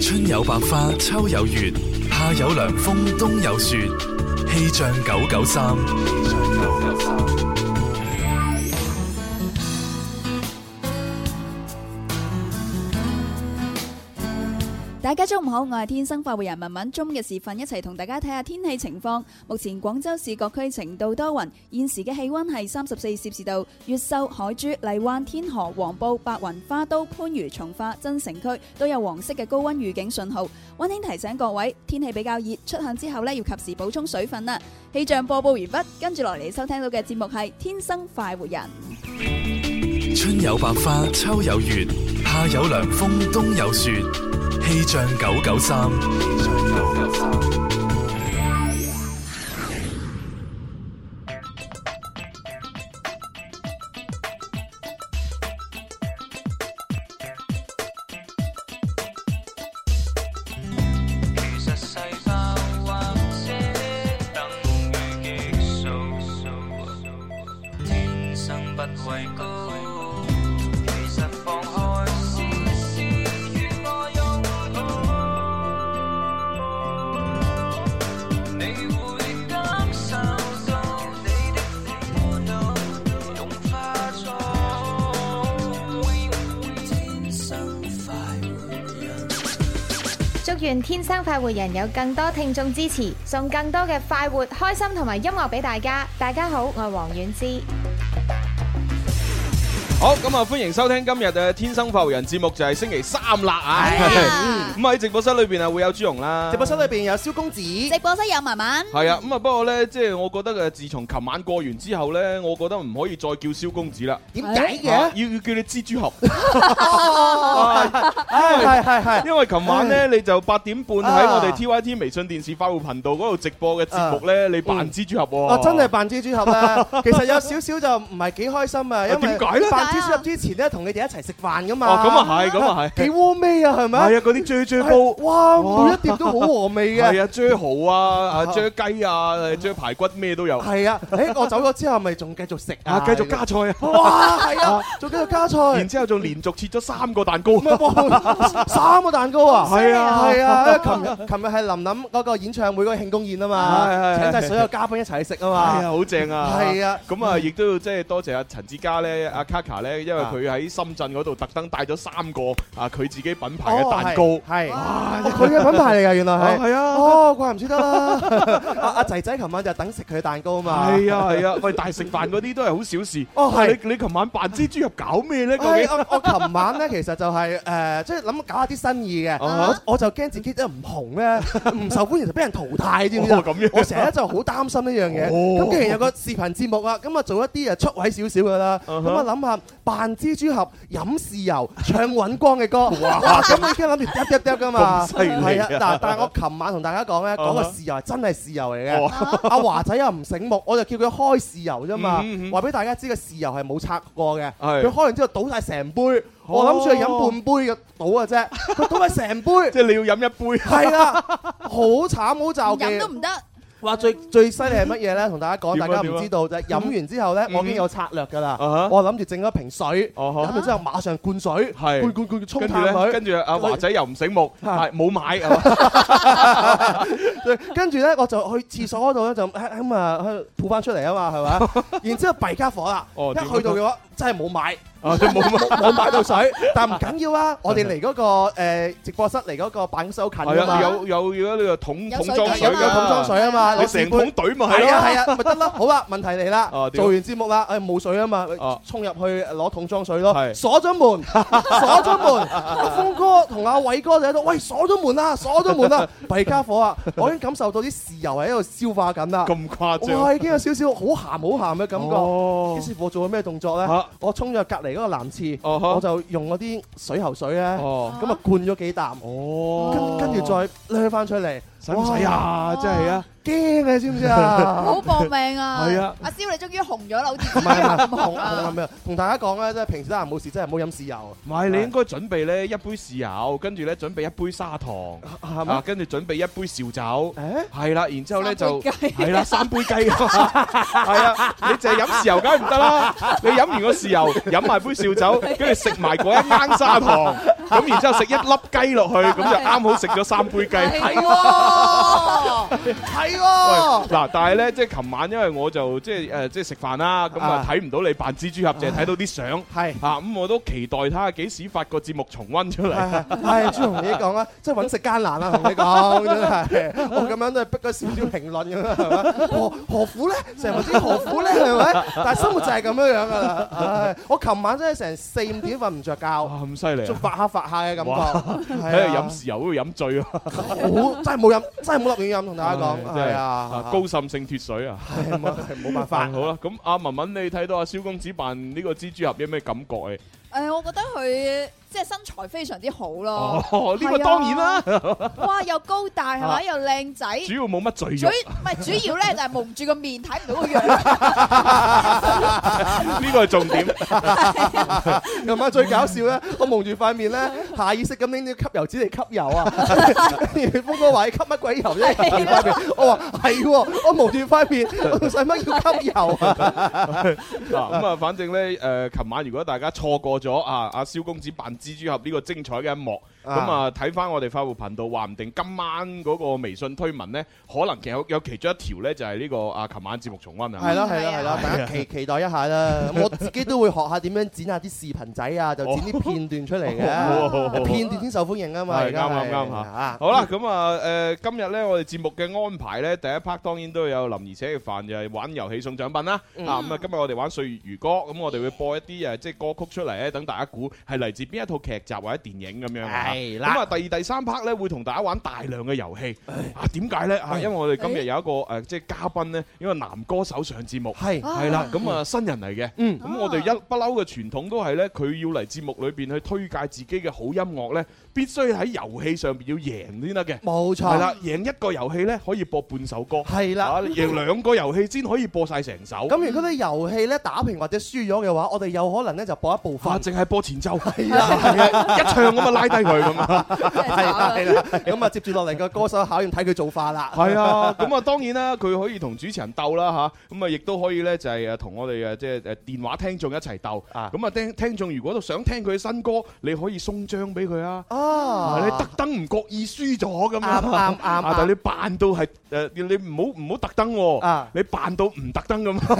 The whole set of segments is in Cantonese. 春有百花，秋有月，夏有涼風，冬有雪。氣象九九三，大家中午好，我係天生快活人文文。中午嘅時分，一齊同大家睇下天氣情況。目前廣州市各區晴到多雲，現時嘅氣温係三十四攝氏度。越秀、海珠、荔灣、天河、黃埔、白雲、花都、番禺、從化、增城區都有黃色嘅高温預警信號。温馨提醒各位，天氣比較熱，出行之後呢要及時補充水分啦。氣象播報完畢，跟住落嚟收聽到嘅節目係《天生快活人》。春有百花，秋有月，夏有涼風，冬有雪。氣象九九三，其實細胞或者等於激素，天生不畏高。其實放開試試與我擁抱，你會感受到你的苦惱融化咗。天生快活人。祝願天生快活人有更多聽眾支持，送更多嘅快活、開心同埋音樂俾大家。大家好，我係黃婉之。好，咁啊，歡迎收聽今日嘅《天生發育人》節目，就係星期三啦啊！ 咁喺直播室裏邊啊，會有朱容啦。直播室裏邊有蕭公子，直播室有文文，係啊，咁啊，不過咧，即係我覺得誒，呃自從琴晚過完之後咧，我覺得唔可以再叫蕭公子啦，點解啊嘅？要要叫你 蜘蛛俠，係係係，因為琴晚哎咧你就八點半喺啊我哋 TYT 微信電視快活頻道嗰度直播嘅節目咧，你扮蜘蛛俠喎。哎哦我真係扮蜘蛛俠 啦。啊其實有少少就唔係幾開心啊，因為點解咧啊扮蜘蛛俠之前咧，同你哋一齊食飯噶嘛。哦，咁啊係，咁啊幾係，窩味啊，係咪？係啊，嗰啲追追煲。哇，哎每一碟都好和味嘅。係啊，追蠔啊，啊追雞啊，追排骨咩都有。係啊，誒，我走咗之後，咪仲繼續食啊啊，，繼續加。菜啊！哇，係啊，仲繼續加然菜。之後仲連續切咗三個蛋糕。哇 三個蛋糕啊！ 係啊係啊！琴日琴日係林林嗰個演唱會嗰個慶功宴啊嘛，係係係請晒 所有嘉賓一齊去食啊係嘛啊，。好正啊！係啊咁啊，亦都要即係多謝阿陳志嘉咧，阿 Kaka 咧，因為佢喺深圳嗰度特登帶咗三個啊，佢自己品牌嘅蛋糕。係哦佢嘅品牌嚟㗎，原來啊係係啊哦，怪唔之得啦。阿阿仔仔琴晚就等食佢蛋糕嘛。係啊 係啊，喂！但係食飯嗰啲都係好小事。哦係但你你琴晚扮蜘蛛俠搞咩咧？究 哎竟我我琴晚咧，其實就係誒，即係諗搞下啲新意嘅。啊我我就驚自己真係唔紅咧， 唔受歡迎就俾人淘汰，知唔知啊 哦咁樣我成日就好擔心呢樣嘢。哦咁既然有個視頻節目啊，咁啊做一啲誒出位少少噶啦。嗯咁哼啊諗下扮蜘蛛俠、飲豉油、唱尹光嘅 歌。哇！咁我已經諗住嗒嗒嗒噶嘛。咁犀利啊係啊！嗱，但係我琴晚同大家啊講咧，講個嗯啊哼豉油係真係豉油嚟哦嘅。 阿華仔又唔醒目，我就叫佢開豉油啫嘛嗯嗯嗯。話俾大家知個豉油係冇拆過嘅，係佢開完之後倒晒成杯，我諗住係飲半杯嘅倒嘅啫，佢倒晒成杯， 即係你要飲一杯。係啦， 好慘好唔就飲都嘅。唔得。話最最犀利係乜嘢呢？同大家講，點啊大家點唔啊知道就係飲完之後呢，嗯我已經有策略㗎啦啊哈。我諗住整咗瓶水，哦飲完之後馬上灌水，係灌灌灌沖跟住淡咧，佢。跟住阿華仔又唔醒目，啊係冇買啊。跟住咧，我就去廁所嗰度咧，就啊咁啊，去吐翻出嚟啊嘛， 係咪？然之後弊家伙啦，哦點一去到嘅話，真係冇買，啊冇 買冇買到 水，但唔緊要啊！我哋嚟嗰個誒直播室離嗰個辦公室好近係啊啊，嘛，有有有呢個桶有桶水裝嘅水有㗎，有桶裝水啊嘛，你成桶隊咪係係啊咯。係啊，咪得 咯。好啦，問題嚟啦哦，點啊做完節目啦，誒冇水啊嘛哦，衝入去攞桶裝水咯係，鎖咗門， 鎖咗門。阿峰哥同阿偉哥就喺度，喂鎖咗門啦，鎖咗門啦， 弊家伙啊！我已經感受到啲豉油喺度消化緊啦。咁誇張哇，。已經有少少好鹹好鹹嘅感覺。於哦是乎我做咗咩動作咧啊？我衝咗入隔離嗰個男廁，哦呵我就用嗰啲水喉水咧，哦咁啊灌咗幾啖，哦跟跟住再掠翻出嚟，使唔使啊？真係啊！驚啊，知唔知啊？好搏命啊！係啊阿蕭你終於紅咗啦，好似唔自己係唔係咁紅紅紅啊啊！咩？同大家講咧，即係平時得閒冇事，真係唔好飲豉油，唔係，你應該準備咧一杯豉油，跟住咧準備一杯砂糖，係啊，咪？跟住準備一杯紹酒，誒係啦，然之後咧就三杯雞係啦，三杯雞，係啊，你淨係飲豉油梗係唔得啦，你飲完個豉油，飲埋杯紹酒，跟住食埋嗰一羹砂糖，咁然之後食一粒雞落去，咁就啱好食咗三杯雞。啊係喎，係喎，嗱，但係咧，即係琴晚，因為我就即係誒，即係食飯啦，咁啊啊睇唔到你扮蜘蛛俠，淨係睇到啲相係。啊，咁我都期待睇下幾時發個節目重温出嚟。係朱紅你講啦，即係揾食艱難啦，同你講真 係，我咁樣都係逼咗少少評論咁啦，係咪？何何苦咧？成日知何苦咧？係咪？但係生活就係咁樣樣噶啦。唉，我琴晚真係成四五點瞓唔着哇，覺，咁犀利仲啊！發下發下嘅感覺，喺度係啊飲豉油，喺度飲醉啊！好真係冇飲，真係冇立亂飲，同大家講 唉真係係啊，高滲性脱水啊！係冇係冇辦啊法。 好啦，咁阿文文，你睇到阿蕭公子扮呢個蜘蛛俠有咩感覺誒？誒，我覺得佢即係身材非常之好咯，啊哦，呢個當然啦，哇，又高大係啊咪？又靚仔。主要冇乜罪主肉，唔係主要咧，就係蒙住個面睇唔到個 樣。 呢個係重點。琴晚最搞笑咧，我蒙住塊面咧，下意識咁拎啲吸油紙嚟吸油啊！ 跟住峰哥話：你吸乜鬼油啫？蒙住塊 面，我話係喎，我蒙住塊面，我使乜要吸油啊？ 嗱咁啊，反正咧，誒，琴晚如果大家錯過咗啊，阿蕭公子扮蜘蛛俠呢個精彩嘅一幕，咁啊啊睇翻我哋快活頻道，話唔定今晚嗰個微信推文咧，可能其實有有其中一條咧就係呢個啊，琴晚節目重温啊。係啦係啦係啦，大家期期待一下 啦！我自己都會學下點樣剪下啲視頻仔啊，就剪啲片段出嚟 好啊好好嘅，片段先受歡迎啊嘛！係而家係啱啱啱嚇啊！好啦，咁啊，誒，今日咧我哋節目嘅安排咧，第一 part 當然都有林兒請嘅飯，就係玩遊戲送獎品啦。啊，咁啊，今日我哋玩歲月如歌，咁我哋會播一啲誒，即係歌曲出嚟咧，等大家估係嚟自邊一套劇集或者電影咁樣啊。係咁啦，啊，第二、第三 part 咧會同大家玩大量嘅遊戲。啊，點解咧？啊，因為我哋今日有一個誒，即係嘉賓咧，一個男歌手上節目，係啊係啦，咁啊新人嚟嘅。嗯咁我哋一不嬲嘅傳統都係咧，佢要嚟節目裏邊去推介自己嘅好音樂咧，必須喺遊戲上邊要贏先得嘅。冇係錯，啦，贏一個遊戲咧可以播半首歌，係啦。啊，贏兩個遊戲先可以播晒成首。咁如果啲遊戲咧打平或者輸咗嘅話，我哋有可能咧就播一部分啊，。淨係播前 奏，係啊，一唱咁啊拉低佢咁啊。係啦係啦，咁啊接住落嚟個歌手考驗睇佢做法啦。係啊， 咁啊當然啦，佢可以同主持人鬥啦吓，咁啊亦都可以咧就係誒同我哋誒呃即係誒電話聽眾一齊鬥。啊咁啊聽聽眾如果都想聽佢嘅新歌，你可以送張俾佢啊。啊，啊！你特登唔覺意輸咗咁啱啊啱啱啊！但係啱你扮到係誒，你你唔好唔好特登喎啊，你扮到唔特登咁。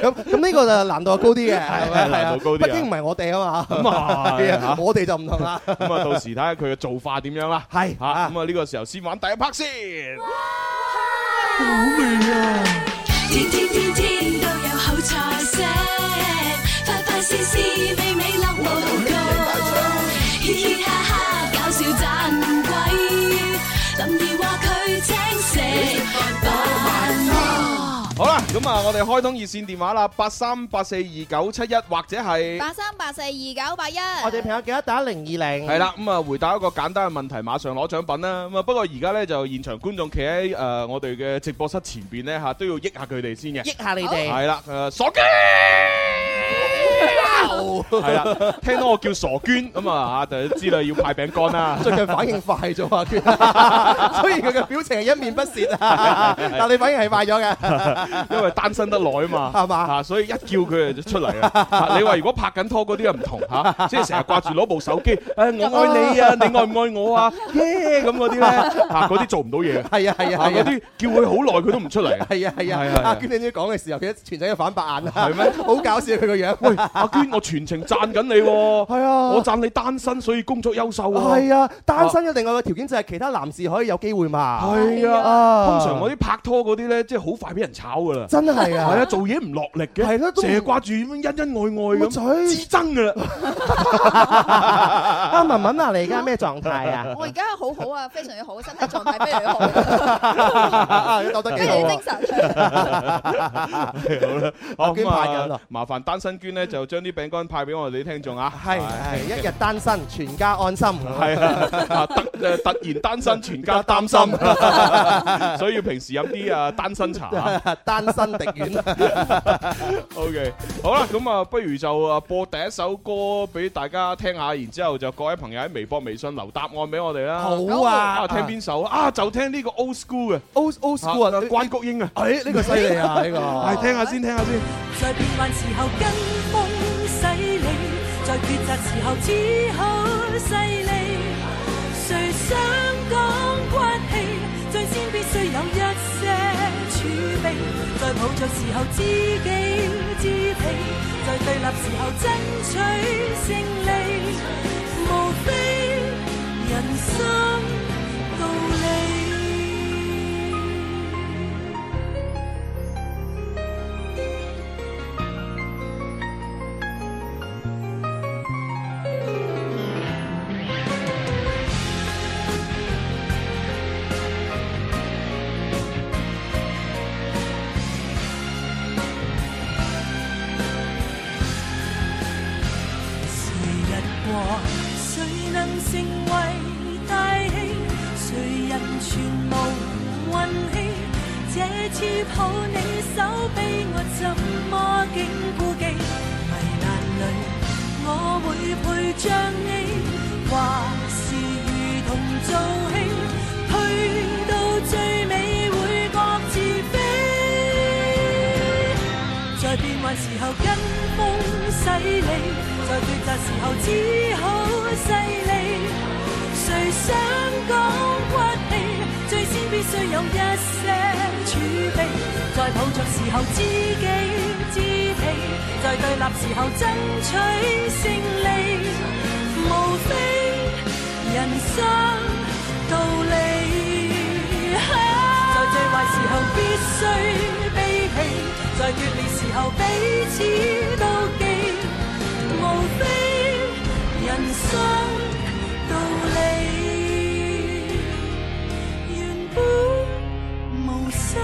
咁咁呢個就難度高啲 嘅，係咪難度高啲啊畢竟唔係我哋啊嘛。咁啊係啊，嚇我哋就唔同啦。咁啊到時睇下佢嘅做法點樣啦。係嚇啊咁啊呢個時候先玩第一 part 先。天天天天都有好菜色，快快試試美美樂無窮，嘻嘻哈哈搞笑盞鬼，林兒話佢請食飯。好啦，咁啊我哋開通熱線電話啦，八三八四二九七一或者係。八三八四二九八一，我 哋朋友記得打零二零。系啦，咁啊回答一個簡單嘅問題，馬上攞獎品啦。咁啊，不過而家咧就現場觀眾企喺诶我哋嘅直播室前边咧吓，都要益下佢哋先嘅。益下你哋。係啦，诶 傻娟，係啦，聽到我叫傻娟咁啊吓，就知道要派餅乾啦。最近反應快 咗啊，娟雖然佢嘅表情係一面不屑啊， 但你反應係快咗嘅，因為單身得耐啊嘛，係嘛啊，所以一叫佢就出嚟啦。啊你話如果拍緊拖嗰啲又唔同嚇，即係成日掛住攞部手 機，誒我 愛你啊，你愛唔愛我啊， 耶咁嗰啲咧，啊嗰啲做唔到 嘢嘅，係啊係啊啊嗰係啊。啲叫佢好耐佢都唔出嚟嘅。係啊係係啊係啊，啊阿娟你知講嘅時候，佢全仔都反白眼啊，係咩 好搞笑佢個樣。喂，阿娟，我全程讚緊你喎，係啊我讚你單身，所以工作優秀喎。係啊，單身嘅另外個條件就係其他男士可以有機會嘛。係啊，啊通常我啲拍拖嗰啲咧，即係好快俾人炒噶啦。真係啊，係啊，做嘢唔落力嘅，係咯都唔成日掛住咁樣恩恩愛愛咪咁，嘴至 憎噶啦。啊，文文啊，你而家咩 狀態啊？我而家好好啊，非常之好，身體狀態非常之 好，鬥得非常之精神。好啦，阿好娟咁派緊啊啦，麻煩單身娟咧就將啲餅乾派俾我哋聽眾啊，係 係，一日單身，全家安心。係 係啊，啊突誒突然單身，全家擔心， 所以要平時飲啲啊單身茶啊。 單身敵遠， OK，好啦，咁啊，不如就啊播第一首歌俾大家聽下，然之後就各位朋友喺微博、微信留答案俾我哋啦。好啊！啊，聽邊首 啊？啊就聽呢個 Old School 嘅 old old school 啊？關谷英啊，誒呢個犀利啊！呢個係聽下先，聽下先。在變幻時候跟風洗你，在抉擇時候只好細膩。誰想講骨氣，最先必須有一些儲備。在抱着時候知己知彼，在對立時候爭取勝利，無非人生道理。谁日過，誰能成為大器？誰人全無運氣？這次抱你手臂，我怎麼竟顧忌？危難裏，我會陪着你。話是如同做戲，去到最尾會各自飛。在變幻時候跟風洗禮，在抉擇時候只好細膩。誰想講骨氣，最先必須有一些儲備。在抱着時候知己知彼，在對立時候爭取勝利，無非人生道理。在最壞時候必須卑鄙，在決裂時候彼此妒忌，無非人生道理，原本無心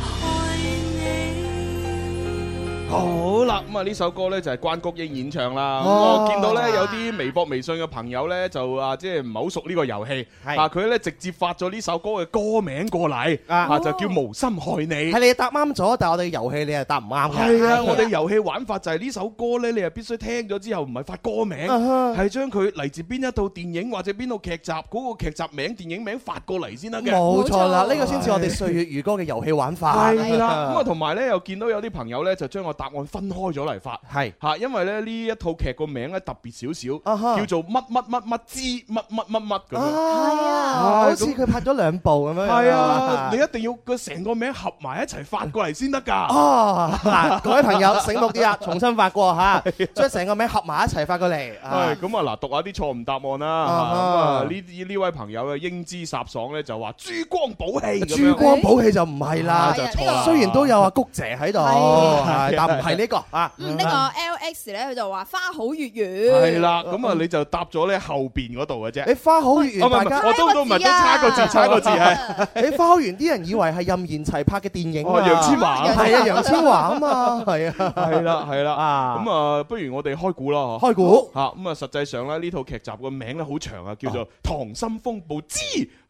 害你。好啦，咁啊呢首歌呢就係關谷英演唱啦。咁哦我見到呢有啲微博、微信嘅朋友呢，就啊即係唔係好熟呢個遊戲，係啊佢呢直接發咗呢首歌嘅歌名過嚟，啊啊就叫無心害你。係你答啱咗，但係我哋遊戲你係答唔啱嘅。係啊，我哋遊戲玩法就係呢首歌呢，你係必須聽咗之後唔係發歌名，啊係將佢嚟自邊一套電影或者邊套劇集嗰個劇集名、電影名發過嚟先得嘅。冇錯啦，冇錯呢個先至我哋歲月如歌嘅遊戲玩法。係啦，咁啊同埋呢，又見到有啲朋友呢，就將個答案分開咗嚟發。係嚇，因為咧呢一套劇個名咧特別少啊少，哈叫做乜乜乜乜之乜乜乜乜咁樣。啊，好似佢拍咗兩部咁樣。係啊，你一定要個成個名合埋一齊發過嚟先得㗎。哦，嗱，各位朋友醒目啲啊，重新發過 嚇，將成個名合埋一齊發過嚟。啊係咁啊！嗱，讀下啲錯誤答案啦。啊咁哈啊，呢啲呢位朋友嘅英姿颯爽咧就話珠光寶氣珠咁樣。光寶氣就唔係啦啊就，錯啦雖然都有阿谷姐喺度，係係但唔係呢個啊。嗯，呢個 L X 咧，佢就話花好月圓。係啦，咁啊你就答咗咧後邊嗰度嘅啫。你花好月圓，啊唔係大唔係，家我都都唔係都差個 字，啊差個字係。啊 你花好園啲人以為係任賢齊拍嘅電影哦啊，楊千嬅係啊，楊千嬅啊嘛，係啊，係啦係啦。啊咁啊，不如我哋開估啦。嗬開估吓咁啊！實際上咧，呢套劇集個名咧好長啊，叫做《溏心風暴之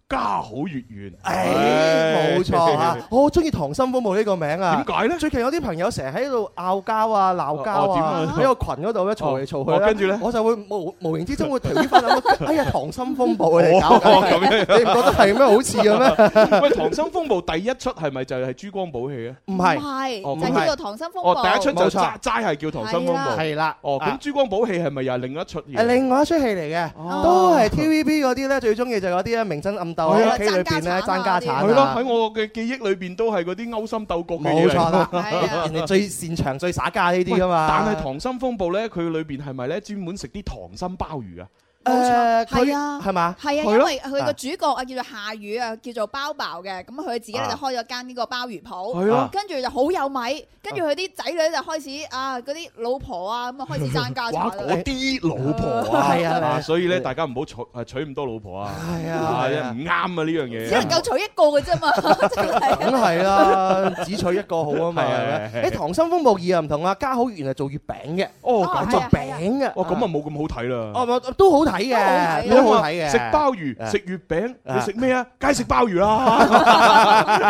家好月圓》。哎誒冇錯 啊！我好中意《溏心風暴》呢個名啊。點解咧最近有啲朋友成日喺度拗交啊、鬧交哦點啊啊，喺個群嗰度咧嘈嚟嘈去哦啦跟住咧我就會無無形之中會調翻翻 諗，哎呀，《溏心風暴》你搞哦緊咁樣你唔覺 得係咩？好似嘅咩？喂，《溏心風暴》第一出係咪就係珠光寶氣咧？唔唔係，係，哦就係唔係叫做《溏心風暴哦，》。第一出就冇錯齋齋係叫《溏心風暴》。係啦。哦，咁啊珠光寶氣係咪又係另一出嘢？係另外一出戲嚟嘅，都係 TVB 嗰啲咧最中意就係嗰啲咧明爭暗鬥係啊喺屋企裏邊咧爭家產啊。係咯，喺我嘅記憶裏邊都係嗰啲勾心鬥角嘅冇嘢嚟錯啦，係啊 人哋最擅長最耍家呢啲噶嘛。但係《溏心風暴》咧，佢裏邊係咪咧專門食啲溏心鮑魚啊？誒冇錯嗯係佢啊係嘛？係啊，因係咯為佢個主角啊叫做夏雨啊，叫做包包嘅，咁佢自己咧就啊開咗間呢個鮑魚鋪，係啊跟住就好有米，跟住佢啲仔女就開始啊嗰啲老婆啊咁啊開始爭 家產哇！啦。嗰啲老婆啊， 係啊係啊所以咧大家唔好娶誒娶咁多老婆啊，係啊係啊啊唔啱啊呢樣嘢。哎只能夠娶一個嘅啫嘛，真係梗係 啦，只取一個好啊嘛。係係係係咪你《溏心風暴二》又唔同啊，家好原來做月餅嘅，哦哦咁係做啊餅嘅。哦咁啊冇咁好睇啦。哦，唔係都好睇睇嘅，都都好好睇睇嘅。啊嘅食鮑魚、啊食月餅，啊你食咩啊？梗係食 鮑魚啦，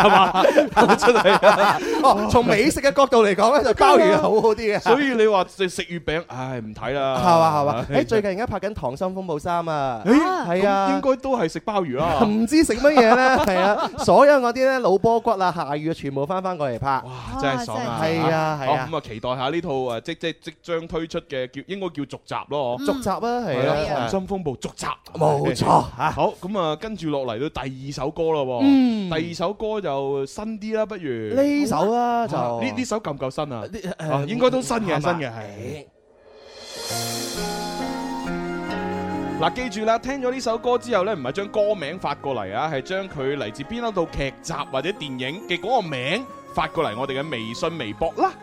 係嘛？ 真係，啊啊哦，從美食嘅角度嚟講咧，就鮑魚係好好啲嘅。所以你話食食月餅，唉，唔睇啦， 啊係嘛係嘛？誒，最近而家拍緊《溏心風暴三》啊，誒係咁啊應。該啊都係食鮑魚啦。 唔知食乜嘢咧， 係啊！所有嗰啲咧老波骨啊、下雨啊，全部翻翻過嚟拍。哇！真係爽啊！係啊係啊好咁啊，期待下呢套誒即即即將推出嘅叫應該叫續集咯，嗬續集啊，係咯，啊哦溏，心風暴續集，冇錯嚇。好，咁啊，跟住落嚟到第二首歌咯喎，嗯第二首歌就新啲啦，不如呢首啦就啊呢呢首夠唔夠新啊？啊呢呃應該都新嘅，係新嘛嘅係。嗱，記住啦，聽咗呢首歌之後呢，唔係將歌名發過嚟啊，係將佢嚟自邊一套劇集或者電影嘅嗰個名發過嚟我哋嘅微信、微博啦。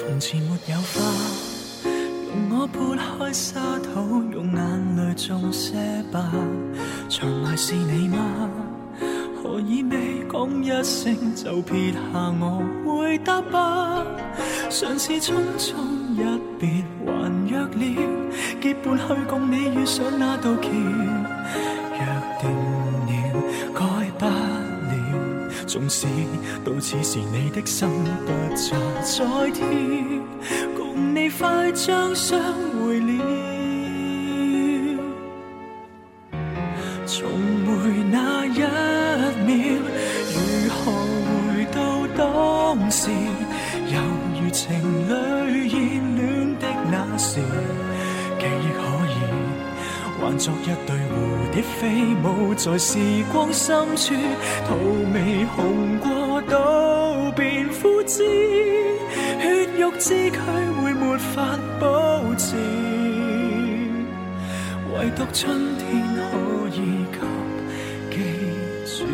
從前沒有花，容我撥開沙土，用眼淚種些吧。長埋是你嗎？何以未講一聲就撇下我回答吧？嘗試匆匆一別，還約了結伴去共你遇上那道橋。約定了，改不了。縱使到此時你的心不再再跳，共你快將相會了。重回那一秒，如何回到當時？猶如情侶熱戀的那時，記憶可以。幻作一對蝴蝶飛舞在時光深處，荼未紅過都變枯枝，血肉之軀會沒法保持，唯獨春天可以給記住。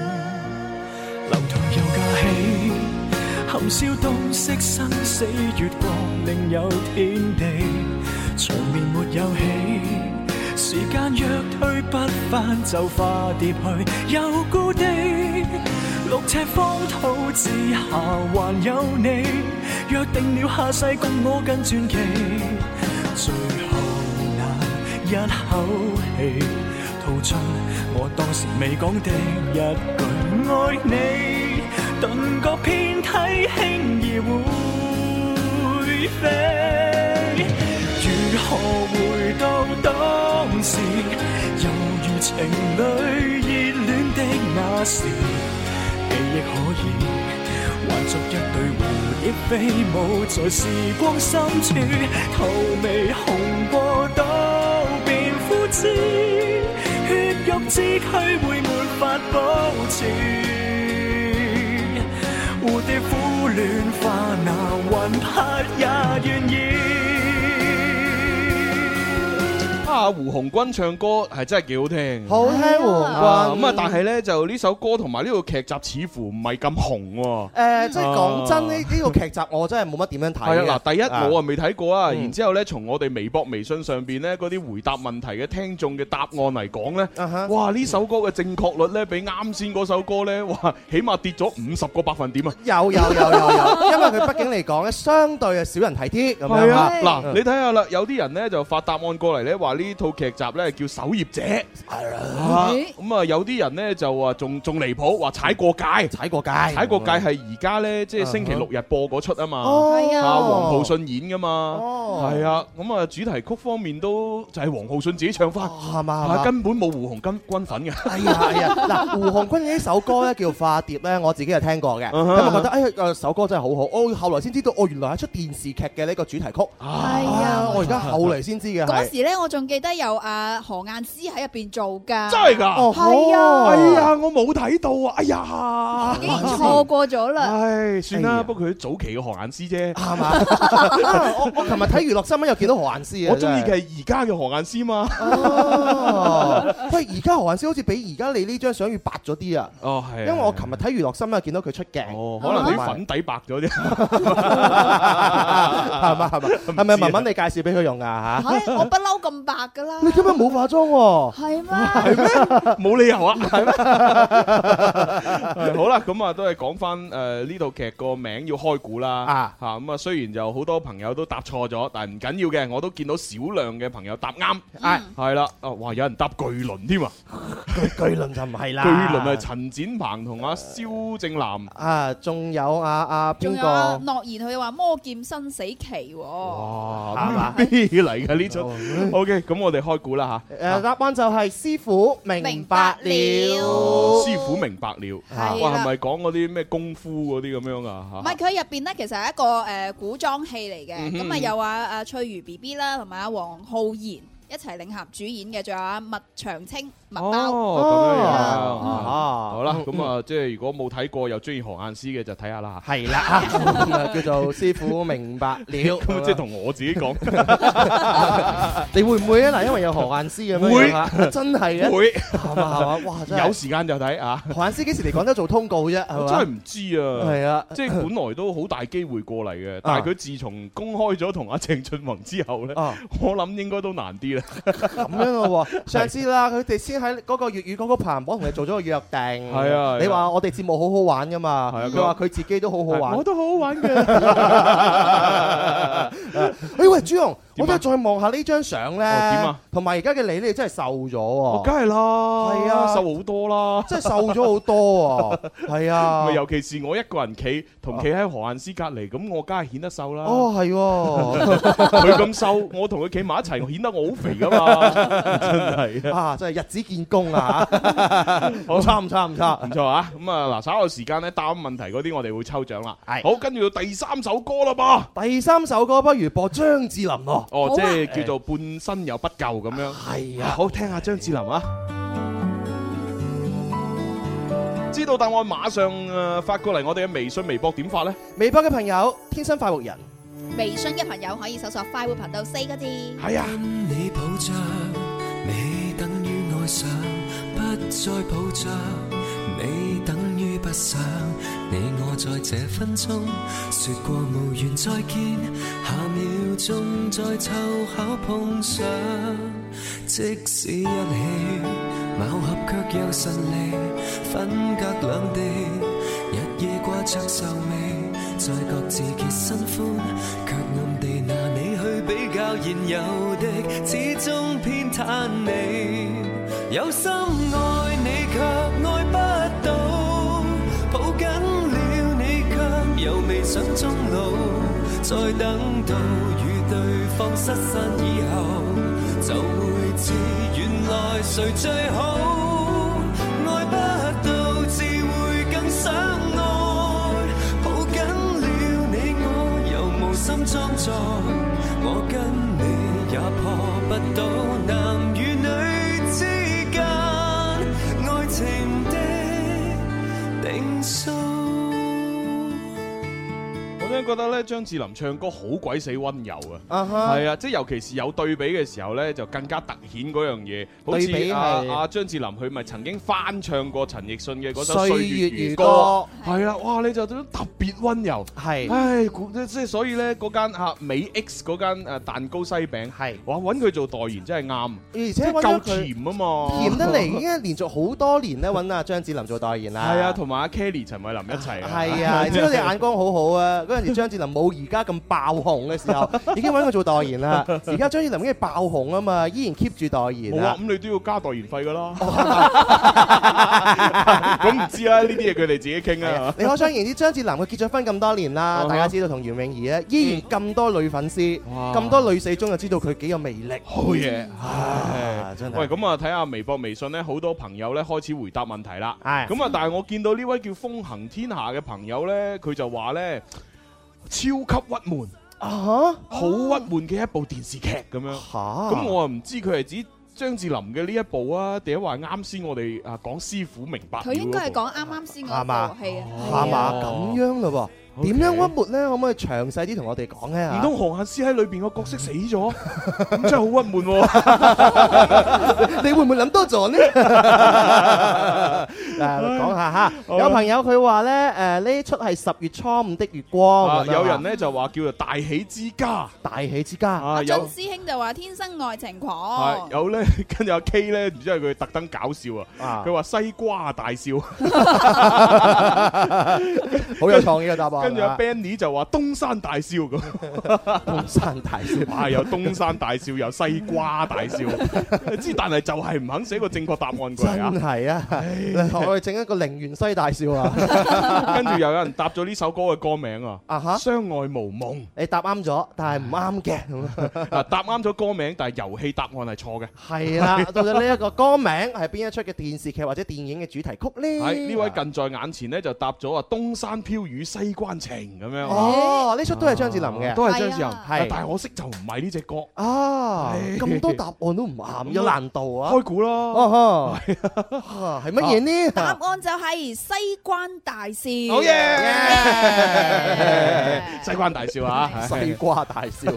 樓台又架起，含笑洞悉生死，月光另有天地，長眠沒有起，時間若推不翻，就化蝶去又故地。六尺荒土之下還有你，約定了下世共我更傳奇，最後。那一口氣吐出我當時未講的一句愛你，頓覺遍體輕易會飛。如何回到當時，猶如情侶熱戀的那時，記憶可以。幻作一對蝴蝶飛舞在時光深處，荼未紅過都變枯枝，血肉之軀會沒法保持。蝴蝶苦戀化那雲魄也願意。啊，胡鴻鈞唱歌係真係幾好聽。好聽喎啊黃咁啊君，。但係呢，就呢首歌同埋呢個劇集似乎唔係咁紅喎。誒，即係講真，呢啊呢個劇集我真係冇乜點樣睇嘅。係啊，嗱，第一啊我啊未睇過啊，嗯然之後咧，從我哋微博、微信上邊咧嗰啲回答問題嘅聽眾嘅答案嚟講啊咧，哈哇！呢首歌嘅正確率咧，比啱先嗰首歌咧，哇，起碼跌咗五十個百分點啊！有有有有有，因為佢畢竟嚟講咧，相對係少人睇啲咁樣啊。嗱，你睇下啦，有啲人咧就發答案過嚟咧，話呢套劇集咧叫《守業者》，啊咦咁啊有啲人咧就話仲仲離譜，話踩過界，踩過界，踩過界係而家咧即係星期六日播嗰出啊嘛，哦，係啊啊黃浩信演噶嘛。哦，係啊，咁啊主題曲方面都就係黃浩信自己唱翻，哦係嘛係啊嘛。根本冇胡鴻金軍粉嘅。哎呀哎呀，嗱，胡鴻鈞呢首歌咧叫《化蝶》咧，我自己係聽過嘅，咁嗯哼我覺得哎呀，呃首歌真係好好。我後來先知道，哦，原來係出電視劇嘅呢個主題曲。哎呀啊，我而家後嚟先知嘅嗰係。時咧，我仲記得有啊何雁詩喺入邊做㗎，真係㗎！哦係啊哎哎呀，呀，我冇睇到啊！哎呀，已經錯過咗啦。唉，算哎啦，呀不過佢早期嘅何雁詩啫。係嘛？啊我 我琴日睇娛樂新聞又見到何雁詩啊，我中真意係嘅。係而家嘅何雁詩嘛。哦，喂，而家何雁詩好似比而家你呢張相要白咗啲啊，哦，因係。為我琴日睇娛樂新聞見到佢出鏡。哦，可能啲粉底白咗啲。 係嘛係嘛，係咪文文你介紹俾佢用啊嚇？唉，我不嬲咁白噶啦。你今日冇化妝喎，系咩？ 冇理 由啊，系咩？好啦，咁啊，都係講翻诶呢套劇個名要開估啦啊，吓咁啊，雖然就好多朋友都答錯咗，但係唔緊要嘅，我都見到少量嘅朋友答啱，係係啦，啊，哇，有人答巨輪添啊，巨巨輪就唔係啦， 巨輪係陳展鵬同阿蕭正楠，啊，仲有啊啊仲邊有啊個？諾言佢話魔劍生死係棋喎，哇嘛，哦咩嚟嘅呢出？OK，咁我哋開估啦誒答案就係師傅明白吓，了哦。師傅明白了，係啦哇，係咪講嗰啲咩功夫嗰啲咁樣啊？嚇唔係佢入邊咧，其實係一個誒、呃古裝戲嚟嗯嘅，哼咁啊、有啊啊翠如 B B 啦，同埋阿黃浩然一齊領銜主演嘅，仲有啊麥長青麥包。哦，咁樣樣啊啊好啦，咁啊，即係如果冇睇過又中意何雁詩嘅就睇下啦系啦， 咁啊 叫做師傅明白了。吓。咁 啊即 係同我自己講，你會唔會啊？嗱，因為有何雁詩咁樣啊，真係嘅，會係嘛係嘛， 哇！真有係時間就睇啊，何雁詩幾時嚟廣州做通告啫？係我嘛？真係唔知啊。係啊，即係本來都好大機會過嚟嘅，但係佢自從公開咗同阿鄭俊弘之後呢，啊我諗應該都難啲啦。咁樣咯 喎。上次啦，佢哋先喺嗰個粵語歌曲排行榜同你做咗個約定。係啊係啊你話我哋節目好好玩噶嘛？係啊佢話佢自己都好好玩我。都好好 玩嘅。哎喂，朱紅，點啊我都係再望下呢張相咧。哦點啊？同埋而家嘅你，你真係瘦咗我梗喎，係啦，係啊瘦好多啦。真係瘦咗好多喎。係啊咪。尤其是我一個人企同企喺何雁詩隔離，咁我梗係顯得瘦啦。哦，係喎。 佢咁瘦，我同佢企埋一齊，我顯得我好肥噶嘛，真係啊！啊，真係日子見功啊！ 好唔差唔差唔差唔，錯啊！咁啊，嗱，稍後時間咧，答啱問題嗰啲，我哋會抽獎啦。係好，跟住到第 三首歌啦噃。第三首歌不如播張智霖喎。哦，好啊即係叫做半身有不夠咁樣。係啊啊，好，聽下張智霖啊。知道答案馬上誒發過嚟，我哋嘅微信、微博點發呢？微博嘅朋友，天生快活人，微信嘅朋友可以搜索快活頻道四個字。係啊，你抱着，你等於愛上，不再抱着，你等於不想。你我在這分鐘說過無緣再見，下秒鐘再湊巧碰上。即使一起，貌合卻又神離，分隔兩地，日夜掛着愁眉，再各自結新歡，卻暗地拿你去比較現有的，始終偏袒你。有心愛你卻愛不到，抱緊了你卻又未想終老，再等到與對方失散以後。就會知原來誰最好。愛不到，自會更想愛。抱緊了你我，又無心裝載。我跟你也破不到男與女之間愛情的定數。我真係覺得咧，張智霖唱歌好鬼死温柔啊！啊哈，係啊，即係尤其是有對比嘅時候咧，就更加突顯嗰樣嘢。好對比似係阿阿張智霖佢咪曾經翻唱過陳奕迅嘅嗰首《歲歲月月如如歌》，歌，係啦，哇！你就覺得特別温柔。係唉，估即係所以咧，嗰間啊美 X 嗰間誒蛋糕西餅，係，哇揾佢做代言真係啱，而即且係揾咗夠佢甜啊嘛。甜得嚟，已經連續好多年咧揾阿張智霖做代言啦。 係啊，同埋阿 Kelly 陳慧琳一齊啊。係 啊，而且佢哋眼光好好啊！嗰陣時張智霖冇而家咁爆紅嘅時 候，已經揾佢做代言啦。而家張智霖已經爆紅啊嘛，依然 keep 住代言冇啊啊，。咁你都要加代言費噶啦。咁唔知啊啦，呢啲嘢佢哋自己傾係啊 啊。你可想而知，張智霖佢結咗婚咁多年啦啊，大家知道同袁詠儀咧，依然咁多女粉絲，嗯哇咁多女死忠就知道佢幾有魅力。好嘢，啊真係喂，咁啊，睇下微博、微信咧，好多朋友咧開始回答問題啦。係咁啊，但係我見到呢位叫風行天下嘅朋友咧，佢就話咧超級鬱悶，啊好鬱悶嘅一部電視劇咁樣。嚇！咁我啊唔知佢係指張智霖嘅呢一部啊，定係話啱先我哋啊講師傅明白了嗰佢部應該係講啱啱先啱嗰啊部戲啊，係嘛哦咁樣嘞喎，點樣屈沒咧？可唔可以詳細啲同我哋講咧？唔通何雁詩喺裏邊個角色死 咗，咁真係好鬱悶喎！你會唔會諗多 咗呢？啊嗱，講下嚇，有朋友佢話咧，誒呢出係十月初五的月啊光，有人咧就話叫做大喜之家大喜之家，啊，俊有師兄就話天生愛情啊狂，有咧， 跟住阿 K 咧，唔知係佢特登搞笑啊，啊佢話西瓜大笑， 好有創意嘅答案。啊跟住阿 Benny 就話東山大笑咁，東山大笑，哇，有東山大笑，有西瓜大笑， 之但係就係唔肯寫個正確答案過嚟啊真！係啊！ 我哋整一個陵園西大笑啊！跟住又有人答咗呢首歌嘅歌名啊， 啊哈相愛無夢你答啱咗，但係唔啱 嘅咁啊，啊，答啱咗歌名，但係遊戲答案係錯嘅。係啦。到底呢一個歌名係邊一出嘅電視劇或者電影嘅主題曲咧？係哎呢位近在眼前咧就答咗啊，東山飄雨西關情咁樣。哦，呢出都係張智霖嘅。啊都係張智霖，係啊係但係可惜就唔係呢只歌，啊，咁多答案都唔啱，有難度啊！開估 Ờ, 啦。哦呵，係乜嘢呢？答案就係西關大笑。好嘢， Yeah 西關大笑啊！西瓜大 笑，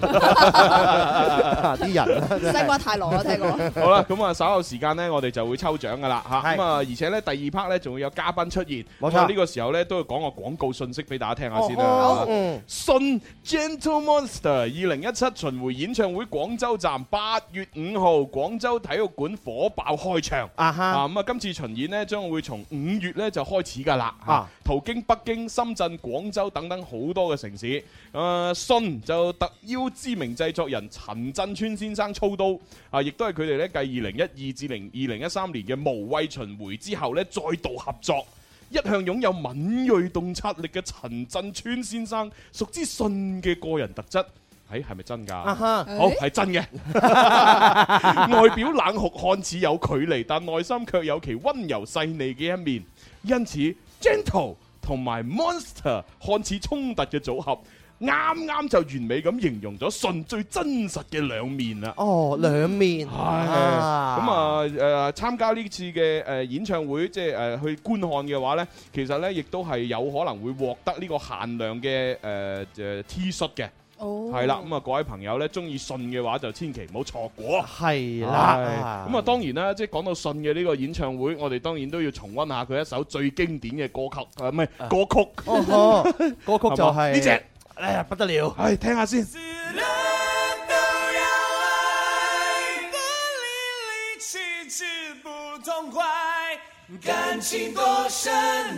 啲人西瓜太郎啊，聽過。好啦，咁啊稍後時間呢，我哋就會抽獎噶啦吓，係咁啊而且呢，第二 part 呢，仲會有嘉賓出現，冇錯咁啊呢個時候呢，都要講個廣告信息俾大家聽下啊先啦哦。嗯信 Gentle Monster 二零一七巡迴演唱會廣州站八月五號廣州體育館火爆開場。啊啊哈，咁啊，今次巡演呢，將會從五月呢就開始㗎啦，啊途經北京、深圳、廣州等等好多嘅城市。誒、信就特邀知名製作人陳振川先生操刀，啊，亦都係佢哋呢繼二零一二至零二零一三年嘅無畏巡迴之後呢，再度合作。一向擁有敏鋭洞察力嘅陳振川先生，熟知信嘅個人特質。誒係咪真㗎？啊哈，好係真嘅， 外表冷酷看似有距離，但內心卻有其温柔細膩嘅一面。因此，gentle 同埋 monster 看似衝突嘅組合，啱啱就完美咁形容咗信最真實嘅兩面啦。哦，兩面，係 À. 咁啊！誒、參加呢次嘅誒、演唱會，即係誒、去觀看嘅話咧，其實咧亦都係有可能會獲得呢個限量嘅誒誒 T 恤嘅。哦係啦，咁啊各位朋友咧，中意信嘅話就千祈唔好錯過。係啦係，咁啊，當然啦，即係講到信嘅呢個演唱會，我哋當然都要重温下佢一首最經典嘅歌曲，啊唔係歌曲，哦呵，歌曲就係嘛係呢隻，哎呀不得了，唉，聽下先。感情多深，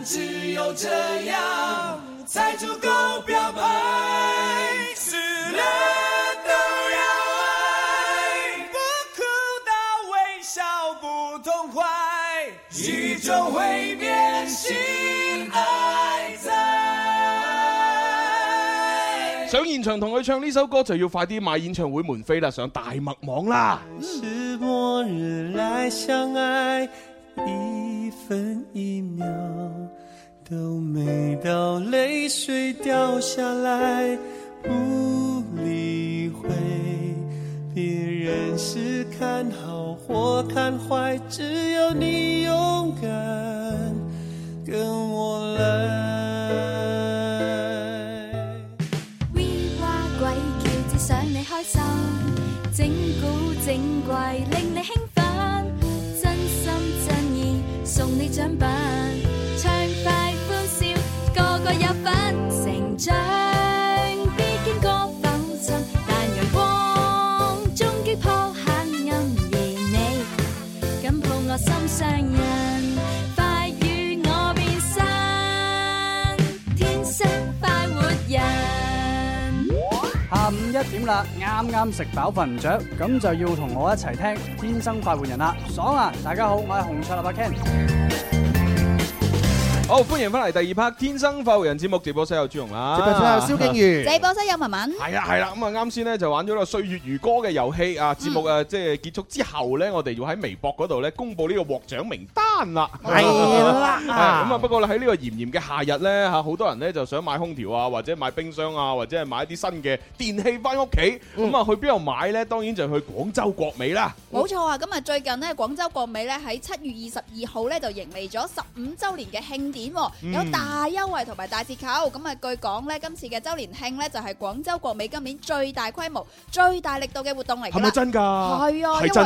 只有这样才足够表白。死了都要爱，不哭到微笑不痛快，雨中会变心爱在。想現場同佢唱呢首歌，就要快啲買演唱會門飛啦，上大麥網啦。是末日来相爱，一分一秒都美到泪水掉下来，不理会别人是看好或看坏，只有你勇敢跟我来。 We 巴鬼叫，只想你開心，整蠱整怪，令你興奮，真心真意送你獎品，暢快歡笑，個個有份成長，必經過浮沉，但陽光終擊破黑暗，而你。緊抱我心上人，快與我變身，天生快活人。下午一點啦，啱啱食飽瞓唔着，咁就要同我一齊聽《天生快活人》啦，爽啊！大家好，我係紅菜立阿 Ken。好，歡迎翻嚟第二 part《天生快活人》節目直播室有朱容啦，直播室有蕭敬瑜，直播室有文文，係啦係啦，咁啊啱先咧就玩咗個歲月如歌嗯嘅遊戲啊，節目啊即係結束之後咧，我哋要喺微博嗰度咧公佈呢個獲獎名單慳啦。係咁啊！不過咧喺呢個炎炎嘅夏日咧嚇，好多人咧就想買空調啊，或者買冰箱啊，或者係買啲新嘅電器翻屋企。嗯咁啊，去邊度買咧？當然就去廣州國美啦。冇錯啊！咁啊，最近呢，廣州國美呢喺七月二十二號呢就迎嚟咗十五週年嘅慶典喎，嗯有大優惠同埋大折扣。咁啊，據講呢，今次嘅週年慶呢就係廣州國美今年最大規模、最大力度嘅活動嚟係㗎咪啦。真㗎？係啊，係因真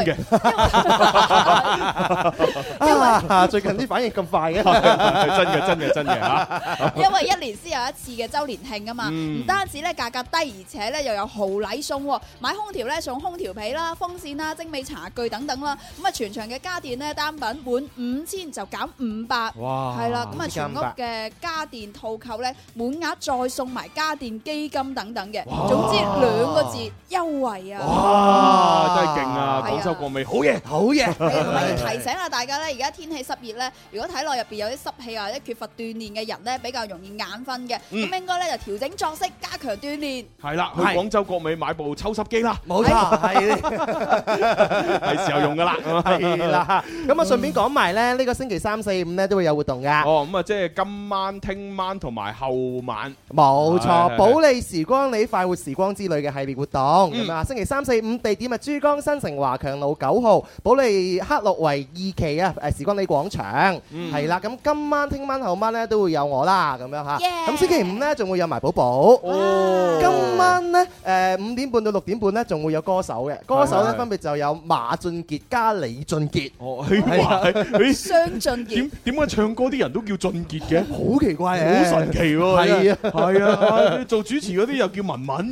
為嘅，啊，最近啲反應咁快嘅， 係真嘅，真嘅，真嘅嚇。 因為一年先有一次嘅週年慶啊嘛，嗯唔單止呢價格低，而且呢又有豪禮送喎，買空調呢送空調被啦、風扇啦、精美茶具等等啦。咁啊，全場嘅家電呢單品滿五千就減五百。哇係啦，咁啊呢間全屋嘅家電套購咧，滿額再送埋家電基金等等嘅，哇總之兩個字優惠啊！哇！真係勁啊！係啊廣州國美好嘢。好嘢，係同埋要提醒下大家咧，而家天氣濕熱咧，如果體內入邊有啲濕氣或者缺乏鍛鍊嘅人咧，比較容易眼瞓嘅，嗯咁應該咧就調整作息，加強鍛鍊。係啦，去係廣州國美買部抽濕機啦， 冇錯，係係時候用㗎啦。 係啦。咁啊，順便講埋咧，呢個星期三、四、五咧都會有活動噶。哦，咁啊，即係今晚、聽晚同埋後晚。啊冇係錯，保利時光里快活時光之旅嘅系列活動嗯咁啊，星期三四五地點啊珠江新城華強路九號保利克洛維二期啊，誒時光里廣場嗯係啦。咁今晚、聽晚、後晚咧都會有我啦，咁樣嚇。 Yeah 咁星期五咧仲會有埋寶寶。哦今晚咧誒五點半到六點半咧仲會有歌手嘅，歌手咧係分別就有馬俊傑加李俊傑，哦，嘿啊哇咦雙進點業，點解唱歌啲人都叫俊傑嘅？好奇怪好嘅，神奇喎！係啊真係，係啊，啊做主持嗰啲又叫文文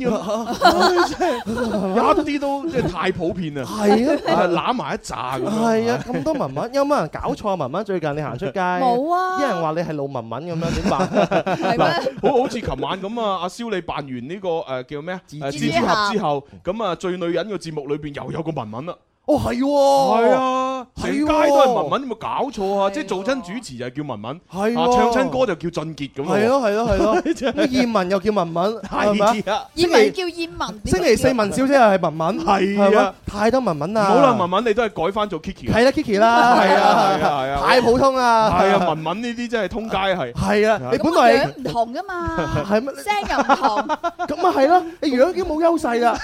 咁，一啲都即係太普遍啦，係啊啊。揦埋一紮咁樣。係啊，咁多文文，有冇人搞錯啊文文？最近你行出街，冇啊啲人話你係老文文咁樣，點 辦？係咩？好好似琴晚咁啊，阿蕭你扮完呢個誒叫咩啊？蜘誒蛛蜘蛛俠之後，咁啊最女人嘅節目裏邊又有個文文啦。哦，係喎，係，啊，成街係喎都係文文，有冇搞錯係啊？喎即係做親主持就係叫文文，係啊喎，唱親歌就叫俊傑咁係咯，係咯，係咯， 真咁葉文又叫文文，係咪啊係啊，燕文叫燕 文，星期四文小姐又係文文，係啊係咪，太多文文唔啦，好啦，文文你都係改翻做 Kiki 啦。係啦，Kiki 啦，係係啊啊，係啊太普通啦，係啊，文文呢啲真係通街 係。係啊，你咁本個來樣唔同噶嘛，係咩？聲又唔同。咁啊係啦，你樣已經冇優勢 啦，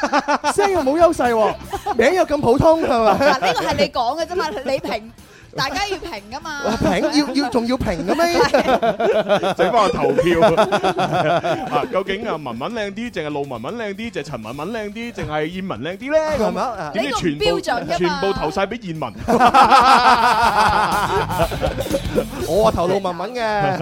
聲又冇優勢喎，名又咁普通係咪？嗱，呢個 係你講嘅啫嘛，你評，大家要評噶嘛。哇評要要仲要評 嘅咩？ 整翻個投票 啊！究竟啊文文靚啲，淨係路文文靚啲，淨係陳文文靚啲，淨係燕文靚啲咧？係咁咪啊？點知全呢個部唔標準㗎嘛全部投晒俾燕文， 我啊頭腦文文 嘅，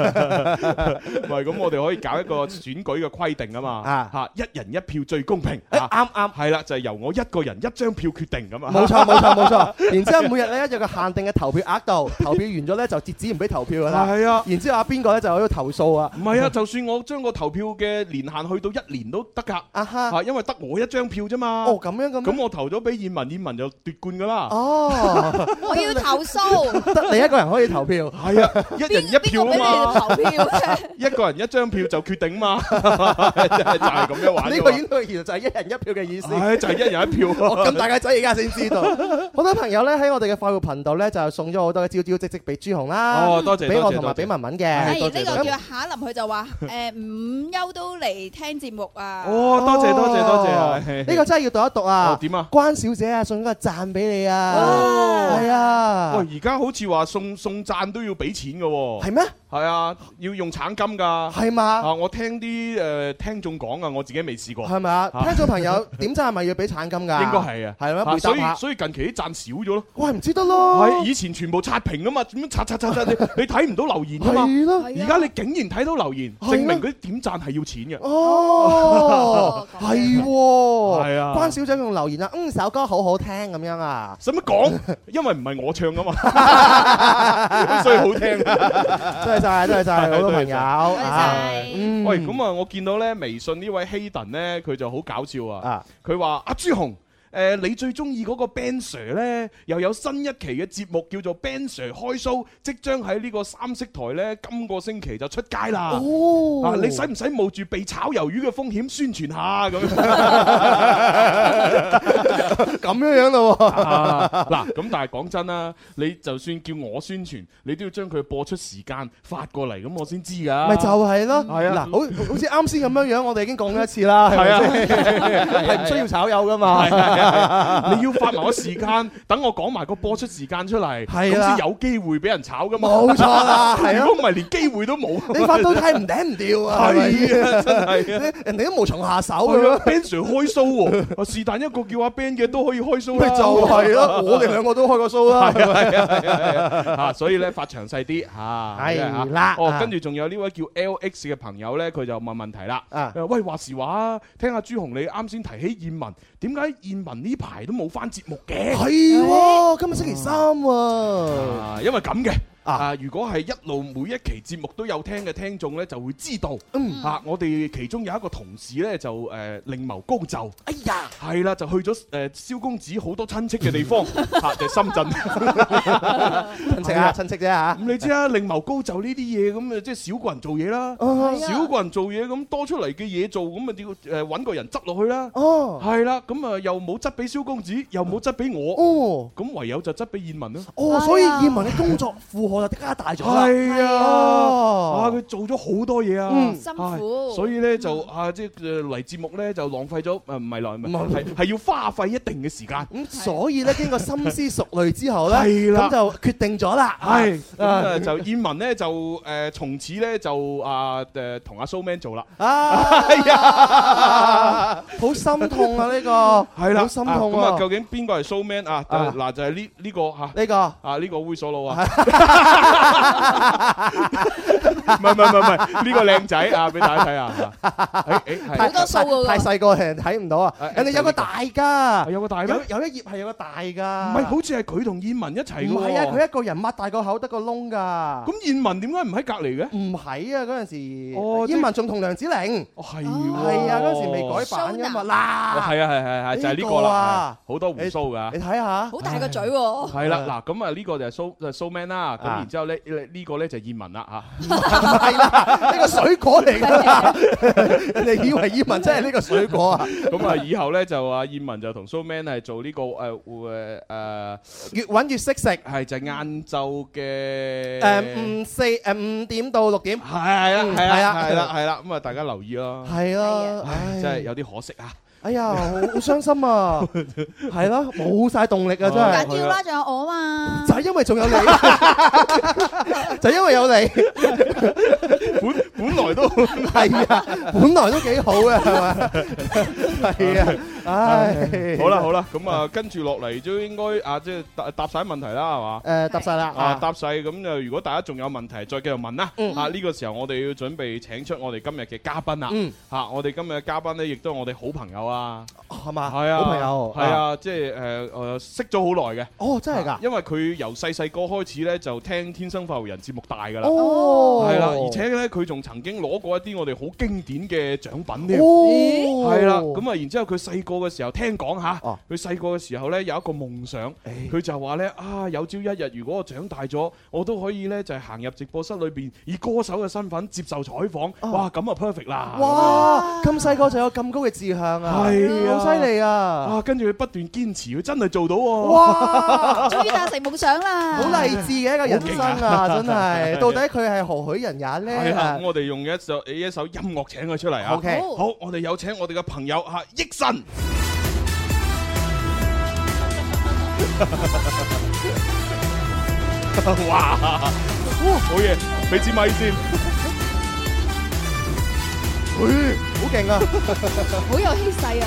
唔係咁，我哋可以搞一個選舉嘅規定啊嘛啊，嚇一人一票最公平誒嚇，啱啱。係啦，就係由我一個人一張票決定咁啊，冇錯冇錯冇錯，然之後每日咧有個限定嘅投票額度，投票完咗咧就截止唔俾投票噶啦。係啊。然之後阿邊個咧就喺度投訴啊？ 唔 係啊，就算我將個投票嘅年限去到一年都得㗎，啊哈，嚇，因為得我一張票啫嘛。哦咁樣咁咁樣，我投咗俾燕文，燕文就奪冠㗎啦。哦， 我要投訴，得你一個人可以投票，係啊，一人邊一邊票個俾啊你哋。嘛投票啫？ 一個人一張票就決 定嘛， 就係就係咁樣玩呢㗎個嘛。演到其實就係一人一票嘅意思。唉，就係一人一票。啊 我咁大個仔而家先知道，好多朋友咧喺我哋嘅快活頻道咧就送咗好多嘅招招積積俾朱紅啦，哦，多謝俾我多謝同埋多俾謝。文文係嘅。係多謝呢多個謝叫夏林，佢就話誒午休都嚟聽節目啊。哦，多謝多謝多謝哦係。呢個真係要讀一讀哦啊！點啊？關小姐啊，送咗個讚俾你啊！哦，係啊，喂，而家好似話送送讚都要俾錢㗎喎。係咩？係啊，要用橙金㗎。係嘛？啊，我聽啲誒聽眾講啊，我自己未試過。係咪啊？聽眾朋 友點讚係咪要俾橙金㗎？應該係啊，係咩回啊答所下以所以近期啲讚少咗咯，喂，唔知得咯。係以前全部刷屏啊嘛，點樣刷刷刷刷，你你睇唔到留言噶嘛，係咯。而家你竟然睇到留言，係啊證明嗰啲點讚係要錢嘅。哦，咁係喎。係啊關小姐仲留言啊，嗯，首歌好好聽咁樣啊。使乜講？ 因為唔係我唱噶嘛， 咁所以好聽啊。 多謝晒，多謝 晒好多朋友多謝啊。晒。嗯喂，咁啊，我見到咧微信呢位希頓咧，佢就好搞笑啊！啊，佢話：阿朱紅，誒你最中意嗰個 Ben Sir 咧，又有新一期嘅節目叫做 Ben Sir 開 show，即將喺呢個三色台咧，今個星期就出街啦。哦啊！你使唔使冒住被炒魷魚嘅風險宣傳下咁樣？ 咁樣樣咯喎？啊嗱，咁但係講真啦，你就算叫我宣傳，你都要將佢播出時間發過嚟，咁我先知㗎。咪就係咯，係啊嗱，好好似啱先咁樣樣，我哋已經講咗一次啦，係咪先？係唔需要炒友噶嘛？啊你要發埋個時間，等我講埋個播出時間出嚟，係咁啦先有機會俾人炒㗎嘛。冇錯 啦，係如啊果！唔係，連機會都冇。你發到太唔頂唔掉啊！係咪係啊，真係啊。人哋都無從下手咁係啊樣。 ，Ben Sir 開 show 喎，啊是但一個叫阿 Ben 嘅都可以開 show 咪啦。就係咯，我哋兩個都開過 show 啦。 係啊係啊係啊係啊啊，所以咧發詳細啲嚇，係真係嚇啦哦啊，跟住仲有呢位叫 L X 嘅朋友咧，佢就問問題啦。啊誒喂，話時話啊，聽下朱紅你啱先提起燕文，點解燕文呢排都冇翻節目嘅？係喎，今日星期三喎。啊，因為咁嘅。啊啊！如果係一路每一期節目都有聽嘅聽眾咧，就會知道。嗯啊，我哋其中有一個同事咧，就誒、呃另謀高就，哎呀，係啦，就去咗誒蕭公子好多親戚嘅 地方，啊，就係深圳。親戚啊，親戚啫嚇。咁你知啦，另謀高就呢啲嘢咁啊，即係少個人做嘢啦，哦少個人做嘢咁多出嚟嘅嘢做，咁啊要誒揾個人執落去啦，哦係啦，咁啊又冇執俾蕭公子，又冇執俾我，哦咁唯有就執俾燕文啦。哦，所以葉文嘅工作負荷就加大咗啦。係啊，啊哦佢做咗好多嘢啊嗯，辛苦唉所以咧就啊即係呃嚟節目咧就浪費咗誒唔係浪唔係嗯費，係係要花費一定嘅時間。咁所以咧，經過深思熟慮之後咧，係啦咁就決定咗啦。係咁啊，就燕文咧就誒從此咧就啊誒同阿蘇 man 做啦。啊，哎呀，好心痛啊！呢個係啦，好心痛咁啊，啊！究竟邊個係 show man 啊？啊嗱，就係呢呢個吓。呢個啊！呢個猥瑣佬啊， 唔係唔係唔係唔係，呢個靚仔啊，俾大家睇 下啊！誒誒，好係多數㗎喎太細個人睇唔到啊！誒人哋有個大㗎啊，有個大咩？有唔有一頁係有個大㗎，係，好似係佢同燕文一齊嘅唔係啊！喎。佢一個人擘大個口得個窿㗎，咁燕文點解唔喺隔離嘅？唔係啊！嗰陣時，哦即英文仲同梁子玲哦，係係係啊！嗰陣時未改版㗎嘛嗱，係啊係係係，就係呢個呢個啦啊，好多胡鬚㗎你。睇下好大個嘴喎，係啦，嗱咁啊呢個就係 show 就係 show man 啦，咁啊然之後咧呢呢個咧就係燕文啦 嚇。係啦， 呢個水果嚟㗎 啦，人哋以為葉文真係呢個水果啊！咁啊，以後咧就阿燕文就同 Showman 係做呢個誒誒誒，越揾越識食。係就係晏晝嘅誒五四誒五點到六點係，係啦嗯係係啦啊係啦係啦，咁啊大家留意咯。係啊，唉真係有啲可惜啊！哎呀，好好傷心啊，係咯，冇晒動力啊，真好係。緊要啦，仲有我嘛就。係因為仲有你， 就因為有你，本本來 都係啊，本來都幾好嘅，係 咪？係啊，唉，好啦，好啦，咁啊跟住落嚟都應該啊，即係答答晒問題啦，係嘛？誒，答晒啦，啊，答晒咁就如果大家仲有問題，再繼續問啦。啊，呢個時候我哋要準備請出我哋今日嘅嘉賓啦。嗯，嚇，我哋今日嘅嘉賓咧，亦都係我哋好朋友啊。哦係嘛，係啊，好朋友，係，啊，即係誒誒識咗好耐嘅，啊哦，真係㗎，因為佢由細細個開始咧就聽《天生發育人》節目大㗎啦，哦，係啦，而且咧佢仲曾經攞過一啲我哋好經典嘅獎品添。哦，係啦，咁啊，然之後佢細個嘅時候，聽講吓，哦哎佢細個嘅時候呢，有一個夢想，佢就話呢：「啊，有朝一日如果我長大咗，我都可以呢，就係行入直播室裏邊，以歌手嘅身份接受採訪，哦哇，咁啊 perfect 啦，哇，咁細個就有咁高嘅志向啊，係啊好犀利啊！啊，跟住佢不斷堅持，佢真係做到喎，哇，終於達成夢想啦！好勵志嘅一個人生啊，真係。到底佢係何許人也啊系啦，咧咁我哋用一首一首音樂請佢出嚟啊。 ？OK，好，我哋有請我哋嘅朋友吓，益神。 哇！好嘢，俾支咪先。咦好勁啊 好有氣勢啊！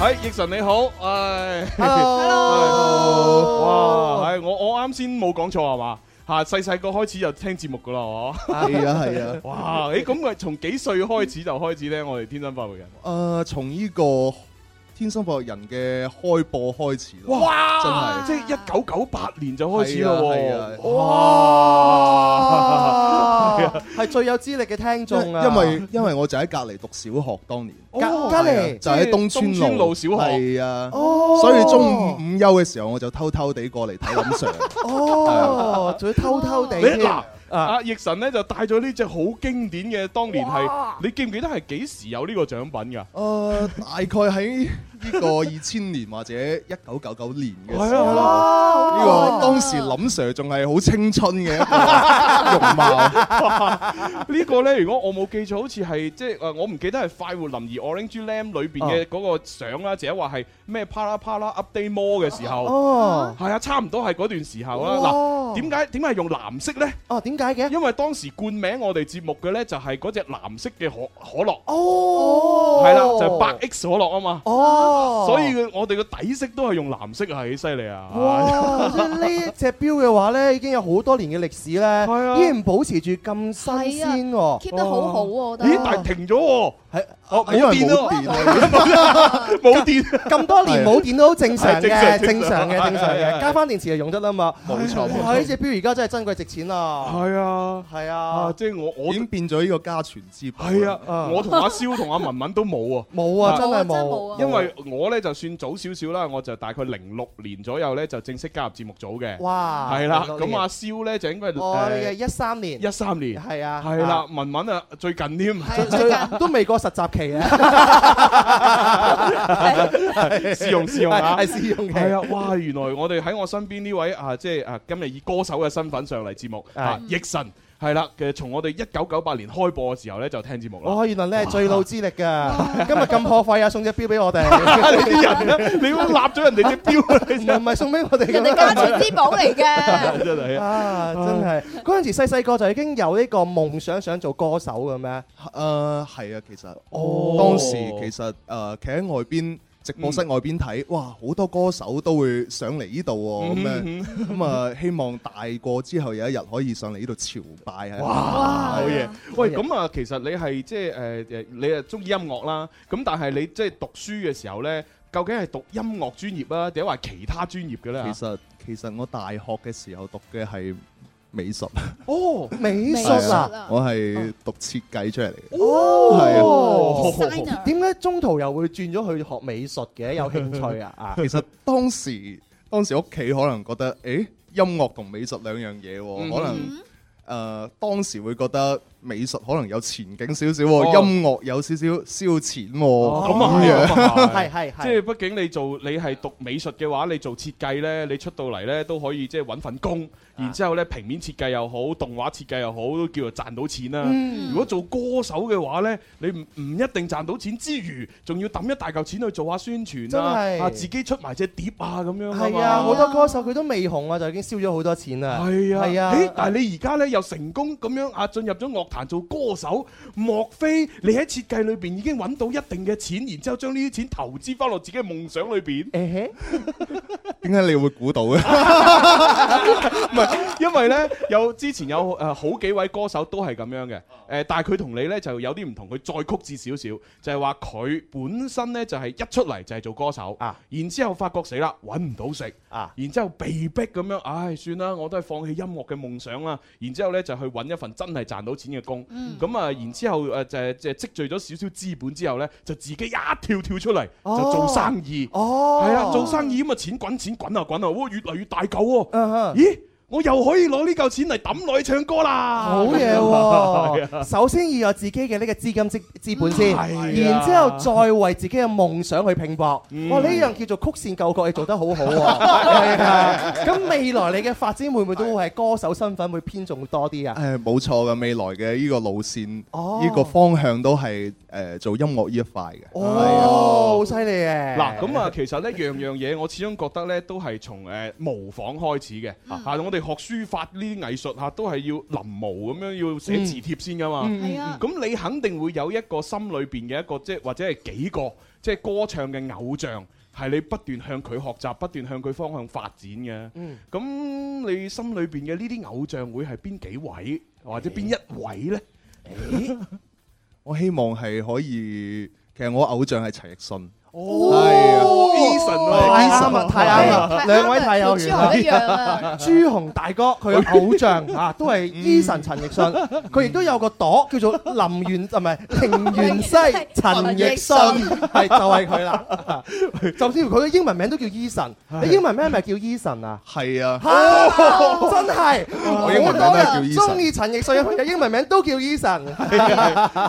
係益神你好，唉， ！Hello，哇，係我我啱先冇講錯係嘛？吓細細個開始就聽節目噶啦，嗬！係 啊係啊，哇，誒咁啊，從幾歲開始就開始咧？我哋天生發育人誒從呢個天生快活人嘅開播開始咯。真哇！係即係一九九八年就開始啦係啊係啊喎，哇！係啊係最有資歷嘅聽因眾啊！因為因為我就喺隔離讀小學，當年啊隔隔離就喺東即哦係東村村路小學係啊，哦所以中午午休嘅時候我就偷偷地過嚟睇林 Sir。哦，仲要偷偷地你添嗱。啊阿奕神咧就帶咗呢只好經典嘅，當年係你記唔記得係幾時有呢個獎品㗎？誒，呃大概喺呢個二千年或者一九九九年嘅時係啊係候。呢個當時林 Sir 仲係好青春嘅一個容貌，呢個咧，如果我冇記錯，好似係即係誒，我唔記得係快活林兒 Orange Lamb 裏邊哦嘅嗰個相啦，或者話係咩啪啦啪啦 update more 嘅時候，哦，係啊，差唔多係嗰段時候啦。哦嗱，點解點解係用藍色咧？哦，點解嘅？因為當時冠名我哋節目嘅咧就係嗰只藍色嘅可可樂，哦，係啦，就係百 X 可樂啊嘛。哦，所以我哋嘅底色都係用藍色啊，幾犀利啊！哇！所以哦 呢只錶嘅話咧，已經有好多年嘅歷史係啊咧，依然保持住咁新係啊鮮喎。 keep 得好好喎，我覺得。咦，但係停咗喎，係哦，因冇為電冇咯，電啊， 冇電。啊咁多年冇電都好正常係嘅，正正常常正嘅，常正常係係係嘅，加翻電池就用得啦嘛。冇錯冇錯哇！呢只錶而家真係珍貴值錢啊！係啊，係啊，啊，即係我已我經變咗呢個家傳之寶。係啊，啊我同阿蕭同阿文文都冇啊。冇啊，真係冇啊真係冇啊冇。因為我咧就算早少少啦，我就大概零六年左右咧就正式加入節目組嘅，哇，係啦。零六咁年阿，蕭咧就應該哦我嘅係呃一三年一三年，係啊，係啦。文文啊最近添， 啊，最都未過實習期啊，試用試用啊係。試用期。係啊，哇！原來我哋喺我身邊呢位啊，即係啊，今日以歌手嘅身份上嚟節目啊，奕神係啦嘅，從我哋一九九八年開播嘅時候咧就聽節目啦。哦，原來你係最老資歷㗎，今日咁破費啊，送隻錶俾我哋， 你啲人咧，你會立咗人哋隻 標啊！你唔真係唔係送俾我哋嘅人咩哋家傳之寶嚟嘅，係 真係 啊！啊，真係嗰陣時細細個就已經有呢個夢想想做歌手嘅咩？誒係啊，其實哦當時其實誒企喺外邊直播室外邊睇，哇好多歌手都會上嚟呢度喎，咁樣嗯嗯咁啊希望大個之後有一日可以上嚟呢度朝拜啊！哇！好嘢！喂，好嘢咁啊，其實你係即係誒誒，你啊中意音樂啦，咁但係你即係讀書嘅時候咧，究竟係讀音樂專業啊，定係話其他專業嘅咧？其實其實我大學嘅時候讀嘅係美術，哦，美術係啊，啊，我係讀設計出嚟嘅。哦， designer 點解中途又會轉咗去學美術嘅？有興趣 啊？啊，其實當時當時屋企可能覺得，誒音樂同美術兩樣嘢嗯喎，可能。呃誒、當時會覺得美術可能有前景少少哦喎，音樂有少少燒錢喎、哦咁啊咁樣係， 咁啊係係即係係。畢竟你做你係讀美術嘅話，你做設計呢，你出到嚟呢都可以即係揾份工，啊然之後呢平面設計又好，動畫設計又好，都叫做賺到錢啦。嗯如果做歌手嘅話呢，你唔唔一定賺到錢之餘，仲要抌一大嚿錢去做下宣傳真啊，係啊自己出埋隻碟啊咁樣係嘛啊，好多歌手佢都未紅啊，就已經燒咗好多錢啦。係啊，係啊咦但係你而家咧又成功咁樣啊進入咗樂壇做歌手，莫非你喺設計裏邊已經揾到一定嘅錢，然之後將呢啲錢投資翻落自己嘅夢想裏邊？誒嘿點解你會估到嘅？唔係，因為咧有之前有誒、呃好幾位歌手都係咁樣嘅，誒、哦呃但係佢同你咧就有啲唔同，佢再曲折少少，就係話佢本身咧就係、一出嚟就係做歌手，啊然之後發覺死啦，揾唔到食，啊，然之後被逼咁樣，唉，算啦，我都係放棄音樂嘅夢想啦，然之後咧就去揾一份真係賺到錢嘅工，咁啊、然之後誒就係就係積聚咗少少資本之後咧，就自己一跳跳出嚟就做生意，哦，係啊，做生意咁啊錢滾錢滾啊滾啊，哇越嚟越大嚿喎、嗯哼咦，我又可以攞呢嚿錢嚟抌女唱歌啦！好嘢喎！首先要有自己嘅呢個資金資資本先，係啊然之後再為自己嘅夢想去拼搏。哇！呢樣叫做曲線救國，你做得好好喎。係啊，咁未來你嘅發展會唔會都會係歌手身份會偏重多啲啊？ 誒冇錯嘅，未來嘅呢個路線，呢、哦個方向都係誒、做音樂呢一塊嘅。哦，好犀利嘅。嗱，咁啊，其實呢樣樣嘢，我始終覺得呢都係從誒模仿開始嗯嘅。嚇，我哋學書法呢啲藝術嚇，啊都係要臨摹咁樣，要寫字帖先噶嘛。嗯係啊，咁你肯定會有一個心裏邊嘅一個，即係或者係幾個，即係歌唱嘅偶像，係你不斷向佢學習，不斷向佢方向發展嘅。嗯咁你心裏邊嘅呢啲偶像會係邊幾位，或者邊一位呢？我希望係可以，其實我偶像係陳奕迅，太啱啊，Eason 啊哦太啱啦，兩位太有緣啦同朱紅一樣啊。朱紅大哥佢嘅偶像啊，都係 Eason 陳奕迅，佢亦都有個朵叫做林元唔係平原 西陳奕迅，係就係佢啦。 甚至乎佢嘅英文名都叫 Eason，你英文名係咪叫 Eason 啊？係啊，真係，我英文名都係叫 Eason 中意陳奕迅嘅朋友英文名都叫 Eason。唔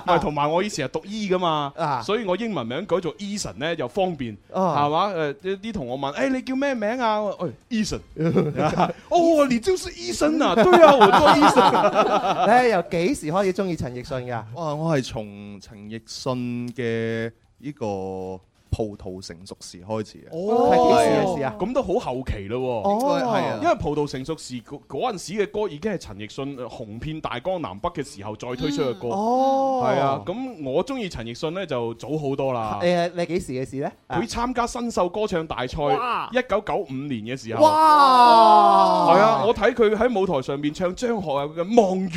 係，同埋我以前係讀醫噶嘛，所以我英文名改做 Eason 咧又方便，係嘛？誒啲啲同學問，誒你叫咩名啊？我誒 Eason，哦，你就是 Eason 啊，對啊，我做 Eason。你由幾時開始中意陳奕迅㗎？哇！我係從陳奕迅嘅呢個葡萄成熟時開始嘅。哦係係啊咁都好後期咯喎，應該係啊因為葡萄成熟時嗰嗰陣時嘅歌已經係陳奕迅呃紅遍大江南北嘅時候再推出嘅歌，嗯哦係啊，咁我中意陳奕迅呢就早好多啦，誒，你幾時嘅事咧？啊佢參加新秀歌唱大賽哇一九九五年嘅時候，哇係啊，我睇佢喺舞台上面唱張學友嘅《望月》，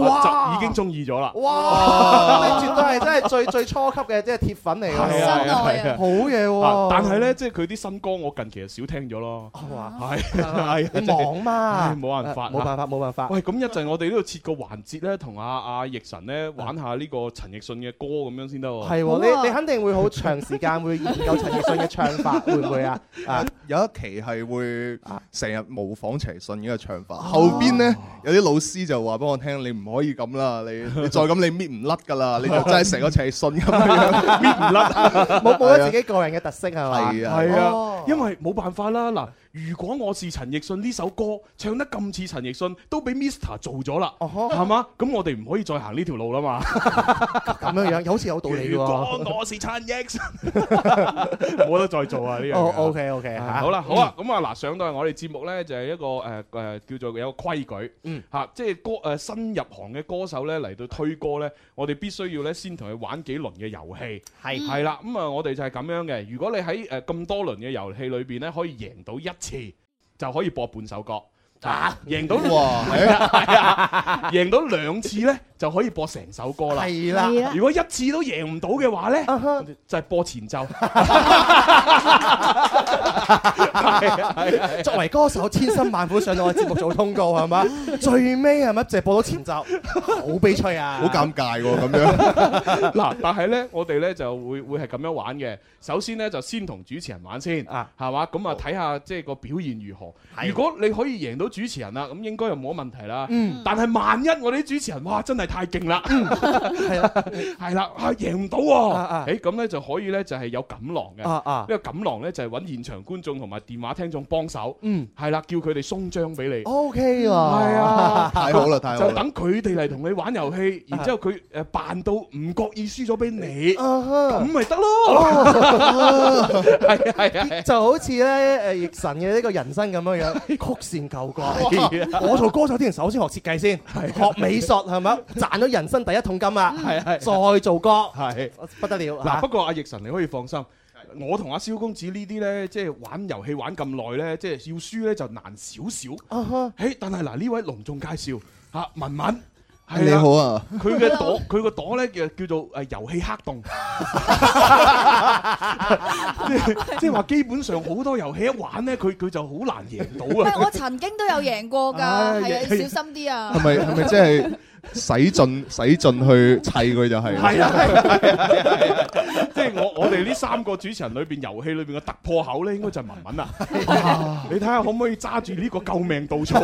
哇啊就已經中意咗啦， 哇！你絕對係真係最最初級嘅，即係鐵粉嚟㗎。係啊，係啊好嘢喎！但係咧，即係佢啲新歌，我近期就少聽咗咯。係啊係哦 你忙嘛唉冇辦法，冇辦法冇辦法喂，咁一陣我哋呢度設個環節咧，同阿阿奕晨咧玩下呢個陳奕迅嘅歌咁樣先得喎。係喎， 你你肯定會好長時間會研究陳奕迅嘅唱法，會唔會 啊？啊，有一期係會成日模仿陳奕迅嘅唱啊法，後邊呢，有啲老師就話俾我聽：你唔可以咁啦，你你再咁你搣唔甩㗎啦，你就真係成個陳奕迅 咁樣搣唔甩，啊冇冇得自己個人嘅特色係嘛？係啊啊係哦啊，因為冇辦法啦。嗱，如果我是陳奕迅呢首歌唱得咁似陳奕迅，都俾 Mr 做咗啦，哦係嘛？咁我哋唔可以再行呢條路 啦嘛。咁樣樣，好似有道理如果喎。我是陳奕 迅，冇得再做啊呢樣嘢。哦，OK OK，啊好啦，嗯好啊，咁啊嗱，上到嚟我哋節目呢，就係一個誒誒叫做有個規矩，嗯，嚇，即係歌誒新入行嘅歌手呢，嚟到推歌呢，我哋必須要呢先同佢玩幾輪嘅遊戲，係係啦，咁啊我哋就係咁樣嘅。如果你喺誒咁多輪嘅遊戲裏邊呢，可以贏到一次，就可以播半首歌。啊！贏到哇係啊係啊，贏到兩次呢，就可以播成首歌啦。係啦係啦 Uh-huh 如果一次都贏唔到嘅話呢，就係播前奏。嗯作為歌手，千辛萬苦上到我節目做通告係嘛？最尾係咪就係播到前奏，好悲催啊！好尷尬喎咁樣。 嗱，但係咧，我哋咧就會會係咁樣玩嘅。首先咧，就先同主持人玩先，啊係嘛？咁啊，睇下即係個表現如何。如果你可以贏到主持人啦，咁應該又冇乜問題啦。嗯但係萬一我哋啲主持人，哇，真係太勁啦，係啦， 係啦，啊，贏唔到啊啊喎。誒，咁咧就可以咧就係有錦囊嘅。啊啊呢個錦囊咧就係揾現場觀眾同埋電話聽眾幫手，嗯，係啦，叫佢哋鬆章俾你。 OK 喎，係啊，太好啦太好啦就等佢哋嚟同你玩遊戲，然之後佢誒扮到唔覺意輸咗俾你，咁 咪得哦 咯。係哦啊係啊係啊，就好似咧誒奕晨嘅呢個人生咁樣樣，曲線救國 係啊。我做歌手之前，首先學設計先，學美術係咪？賺咗人生第一桶金啊！係係再做歌，係不得了啊嗱，嚇不過阿奕晨你可以放心。我同阿蕭公子呢啲呢，即係玩遊戲玩咁耐呢，即係要輸呢就難少少。啊哈誒，但係嗱呢位隆重介紹嚇文文，係啦你好啊，佢嘅朵，佢個朵咧叫叫做誒遊戲黑洞， 即係即係話基本上好多遊戲一玩咧，佢佢就好難贏到喂，我啊！曾經都有贏過㗎，唉係啊，亦要小心啲啊！係咪係咪即係使盡使盡去砌佢就係？係啊係啊係啊係啊係 啊！即係我我哋呢三個主持人裏邊遊戲裏邊嘅突破口咧，應該就係文文 啦。哇你睇下可唔可以揸住呢個救命 稻草，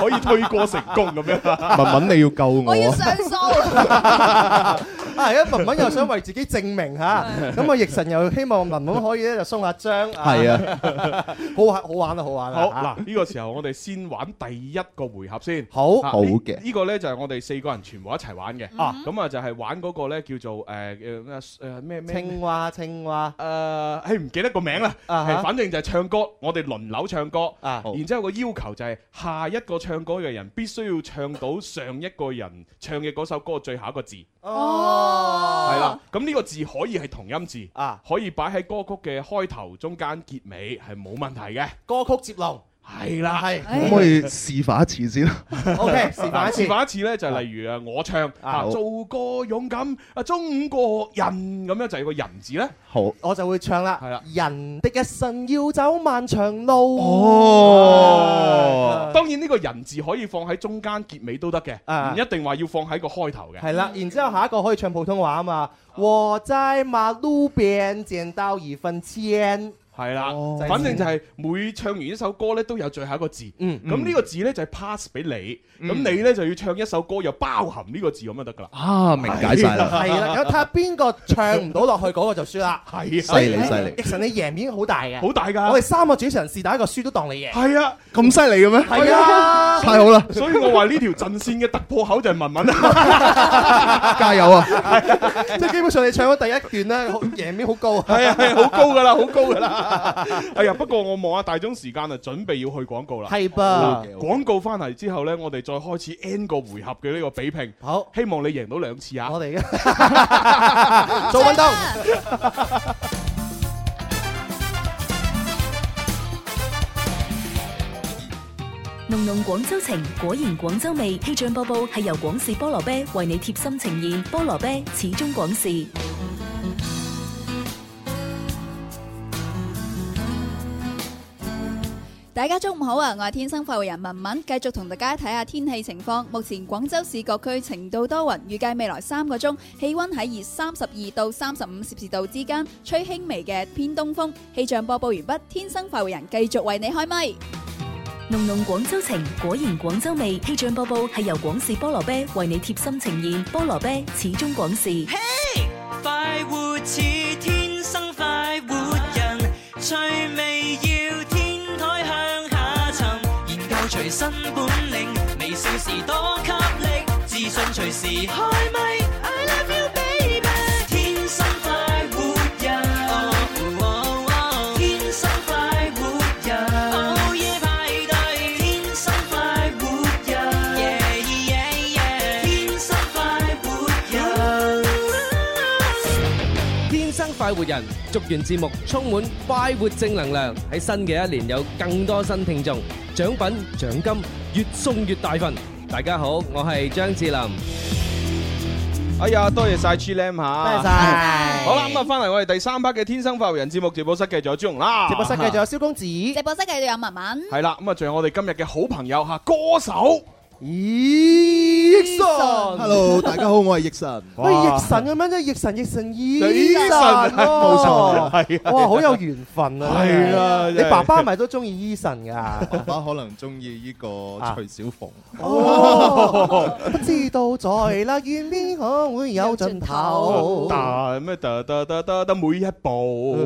可以推過成功咁樣？ 文文你要救我我要啊！上訴，啊！而家文文又想為自己證明嚇，咁啊奕晨又希望文文可以咧就鬆下張，係啊。好玩好玩啦，啊好玩啦！好嚇，嗱，呢個時候我哋先玩第一個回合先。好啊好呢嘅呢個呢就係我哋四個人全部一齊玩嘅。啊，咁啊就係玩嗰個呢叫做誒誒咩誒咩咩青蛙青蛙誒，呃唉唔記得個名啦。啊係，哈反正就係唱歌，我哋輪流唱歌。啊好然之後個要求就係下一個唱歌嘅人必須要唱到上一個人唱嘅嗰首歌最後一個字。哦係啦，咁呢個字可以係同音字，啊可以擺喺歌曲嘅開頭、中間、結尾係冇問題嘅。歌曲接龍係啦，係可唔 可以示範一次先啊？ 嗱示範一次咧，就係例如誒我唱啊，好做個勇敢啊，中國人咁樣就係個人字咧。好，我就會唱啦。係啦人的一生要走漫長路。哦，當然呢個人字可以放喺中間結尾都得嘅，啊唔一定話要放喺個開頭嘅。係啦，然之後下一個可以唱普通話啊嘛。我在馬路邊見到一份錢。係啦哦就係，反正就係每唱完一首歌咧，都有最後一個字。嗯咁呢個字咧就係 pass 俾嗯你，咁你咧就要唱一首歌又包含呢個字咁就得㗎啦。啊，明解晒啦，係啦，咁睇下邊個唱唔到落去嗰個就輸啦。係啊，犀利犀利，其實你贏面好大嘅。好大我哋㗎。三個主持人是但一個輸都當你贏。係啊，咁犀利嘅咩？係啊，太好啦，所以我話呢條陣線嘅突破口就係文文啊。加油啊！即係基本上你唱咗第一段咧，好贏面好高。係啊，係好高㗎啦，好高㗎啦。 哎呀，不過我望下大鐘時間啊，準備要去廣告啦。係噃，廣告翻嚟之後呢，我哋再開始 N 個回合嘅呢個比拼，好，希望你贏到兩次啊！我哋嘅做運動。 濃濃廣州情，果然廣州味。氣象播報係由廣氏菠蘿啤為你貼心呈現，菠蘿啤始終廣氏。大家中午好啊！我係天生快活人文文，繼續同大家睇下天氣情況。目前廣州市各區晴到多雲，預計未來三個鐘氣温喺二三十二到三十五攝氏度之間，吹輕微嘅偏東風。氣象播報完畢，天生快活人繼續為你開咪。濃濃廣州情，果然廣州味。氣象播報係由廣氏菠蘿啤為你貼心呈現，菠蘿啤始終廣 氏。快活似天生快活人，趣味要天台向下沉，研究隨身本領，微笑時多給力，自信隨時開咪。I love you baby，天 Oh, 生快活人，哦哦天生快活人，午夜派對，天生快活人，yeah yeah yeah，天生快活人。天生快活人，祝願節目充滿快活正能量，喺新嘅一年有更多新聽眾，獎品獎金越送越大份。大家好，我係張智霖。 哎呀，多謝晒 G Lam 多謝吓，晒。 好啦，咁啊，翻嚟我哋第三 part 嘅天生發育人節目直播室嘅仲有朱紅啦，直播室繼續有蕭公子。直播室繼續有文文，係啦，咁啊，仲有我哋今日嘅好朋友吓歌手，咦，Eason Hello，大家好，我係奕神。喂，奕神咁樣啫，奕神、奕神、奕奕神，神冇冇錯係啊哇，好有緣分啊！真係係啊你真係爸爸咪都中意 Eason 噶，爸爸可能中意呢個徐小鳳，哦，不知道在那遠邊可會有盡頭。但咩得得得得得每一步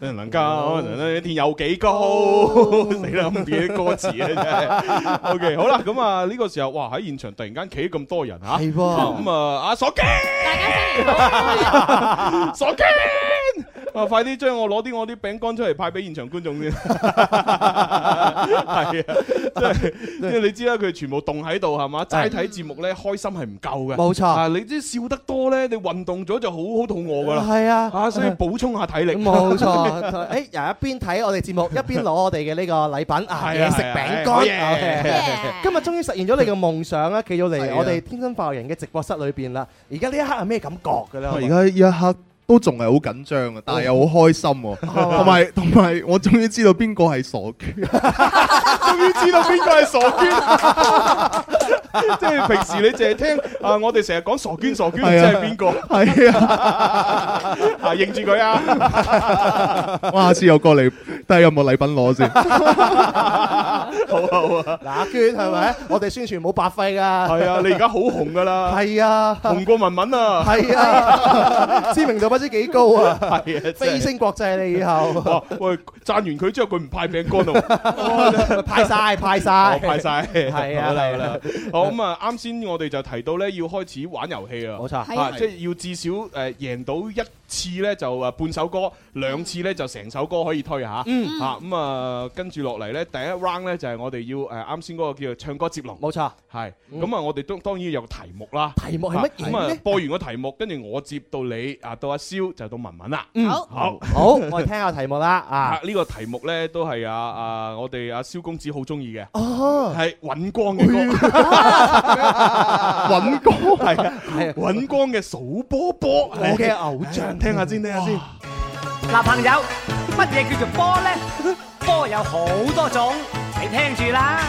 嗯能夠天有幾高，哦死啦，唔記得歌詞啊 真係。OK，好啦，咁啊呢個時候，哇喺現場突然間企咁多人吓，係喎咁啊阿傻基。大家新年好！ 傻堅！啊，快啲將我攞啲我啲餅乾出嚟派俾現場觀 眾先。係啊，即 係因為你知啦，佢全部凍喺度係嘛，齋睇節目咧開心係唔夠嘅。冇錯啊你即係笑得多咧，你運動咗就好好肚餓㗎啦。係啊，啊，所以補充下體力。 冇錯。誒，由一邊睇我哋節目，一邊攞我哋嘅呢個禮品啊，係啊嘢食係啊餅好 乾。嘢 OK 今日終於實現咗你嘅夢想啦，企到係嚟啊我哋天生化學人嘅直播室裏邊啦。而家呢一刻係咩感覺嘅咧？我而家呢一刻都仲係好緊張啊，但係又好開心喎，同埋同埋我終於知道邊個係傻娟，終於知道邊個係傻娟。即係平時你淨係聽啊，我哋成日講傻娟傻娟，係即啊係邊個？係啊， 啊，認住佢啊！我下次又過嚟睇下有冇禮品攞先。啊 啊嗱，阿娟係咪？我哋宣傳冇白費㗎。係啊，你而家好紅㗎啦，係啊，紅過文文啊！係 啊， 知名度不知幾高啊！ 系啊，飛升國際你以後哇！喂，讚完佢之後，佢唔派餅乾 咯，派晒派我晒派晒。係啊好啦係好啊啦，好咁啊！啱先我哋就提到咧，要開始玩遊戲啊，冇錯係啊啊，即係要至少誒贏到一次咧就誒半首歌，兩次咧就成首歌可以推嚇。嗯嚇咁啊，跟住落嚟咧，第一 round 咧就係我哋要呃誒啱先嗰個叫做唱歌接龍。冇錯，係嗯咁啊，我哋都當然有個題目啦。題目係乜嘢咁呢啊，播完個題目，跟住我接到你啊，到阿蕭就到文文啦。嗯好，好。好，我哋聽下題目啦啊啊！！呢個題目咧都係啊啊，我哋阿蕭公子好中意嘅，哦，係尹光嘅歌，哎尹光係啊，係尹光嘅數波波，我嘅偶像，哦聽下先，聽下先。嗱，朋友，乜嘢叫做波呢？ 波有好多種，你聽住啦。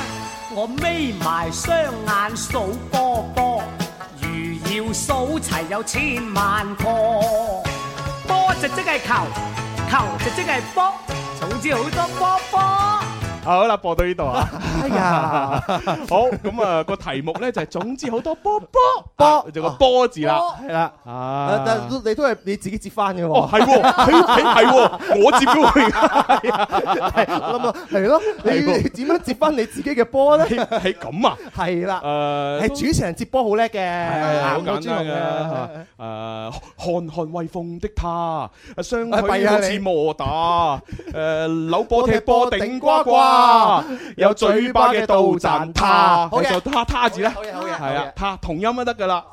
我眯埋雙眼數波波，如要數齊有千萬個。波就即係球，球就即係波，總之好多波波。好啦，播到呢度啊！哎呀， 好咁啊，個題目咧就係總之好多波波波，哦就個波字啦，係啦，啊但係都你都係你自己接翻嘅喎。哦係喎係係係喎我接嘅喎係我諗啊，係咯，你喎你點樣接翻你自己嘅波咧？係咁啊？係啦，誒啊係主持人接波哎好叻嘅，哎啊好啱到簡朱紅單嘅嘅。嚇啊誒，看看威風的他，啊雙哎弊腿啊好你似 磨打，誒扭波踢波頂呱呱，有嘴巴嘅杜撰他，好嘅就他他字咧，好嘅好嘅好嘅係啊，他同音都 得㗎啦，啊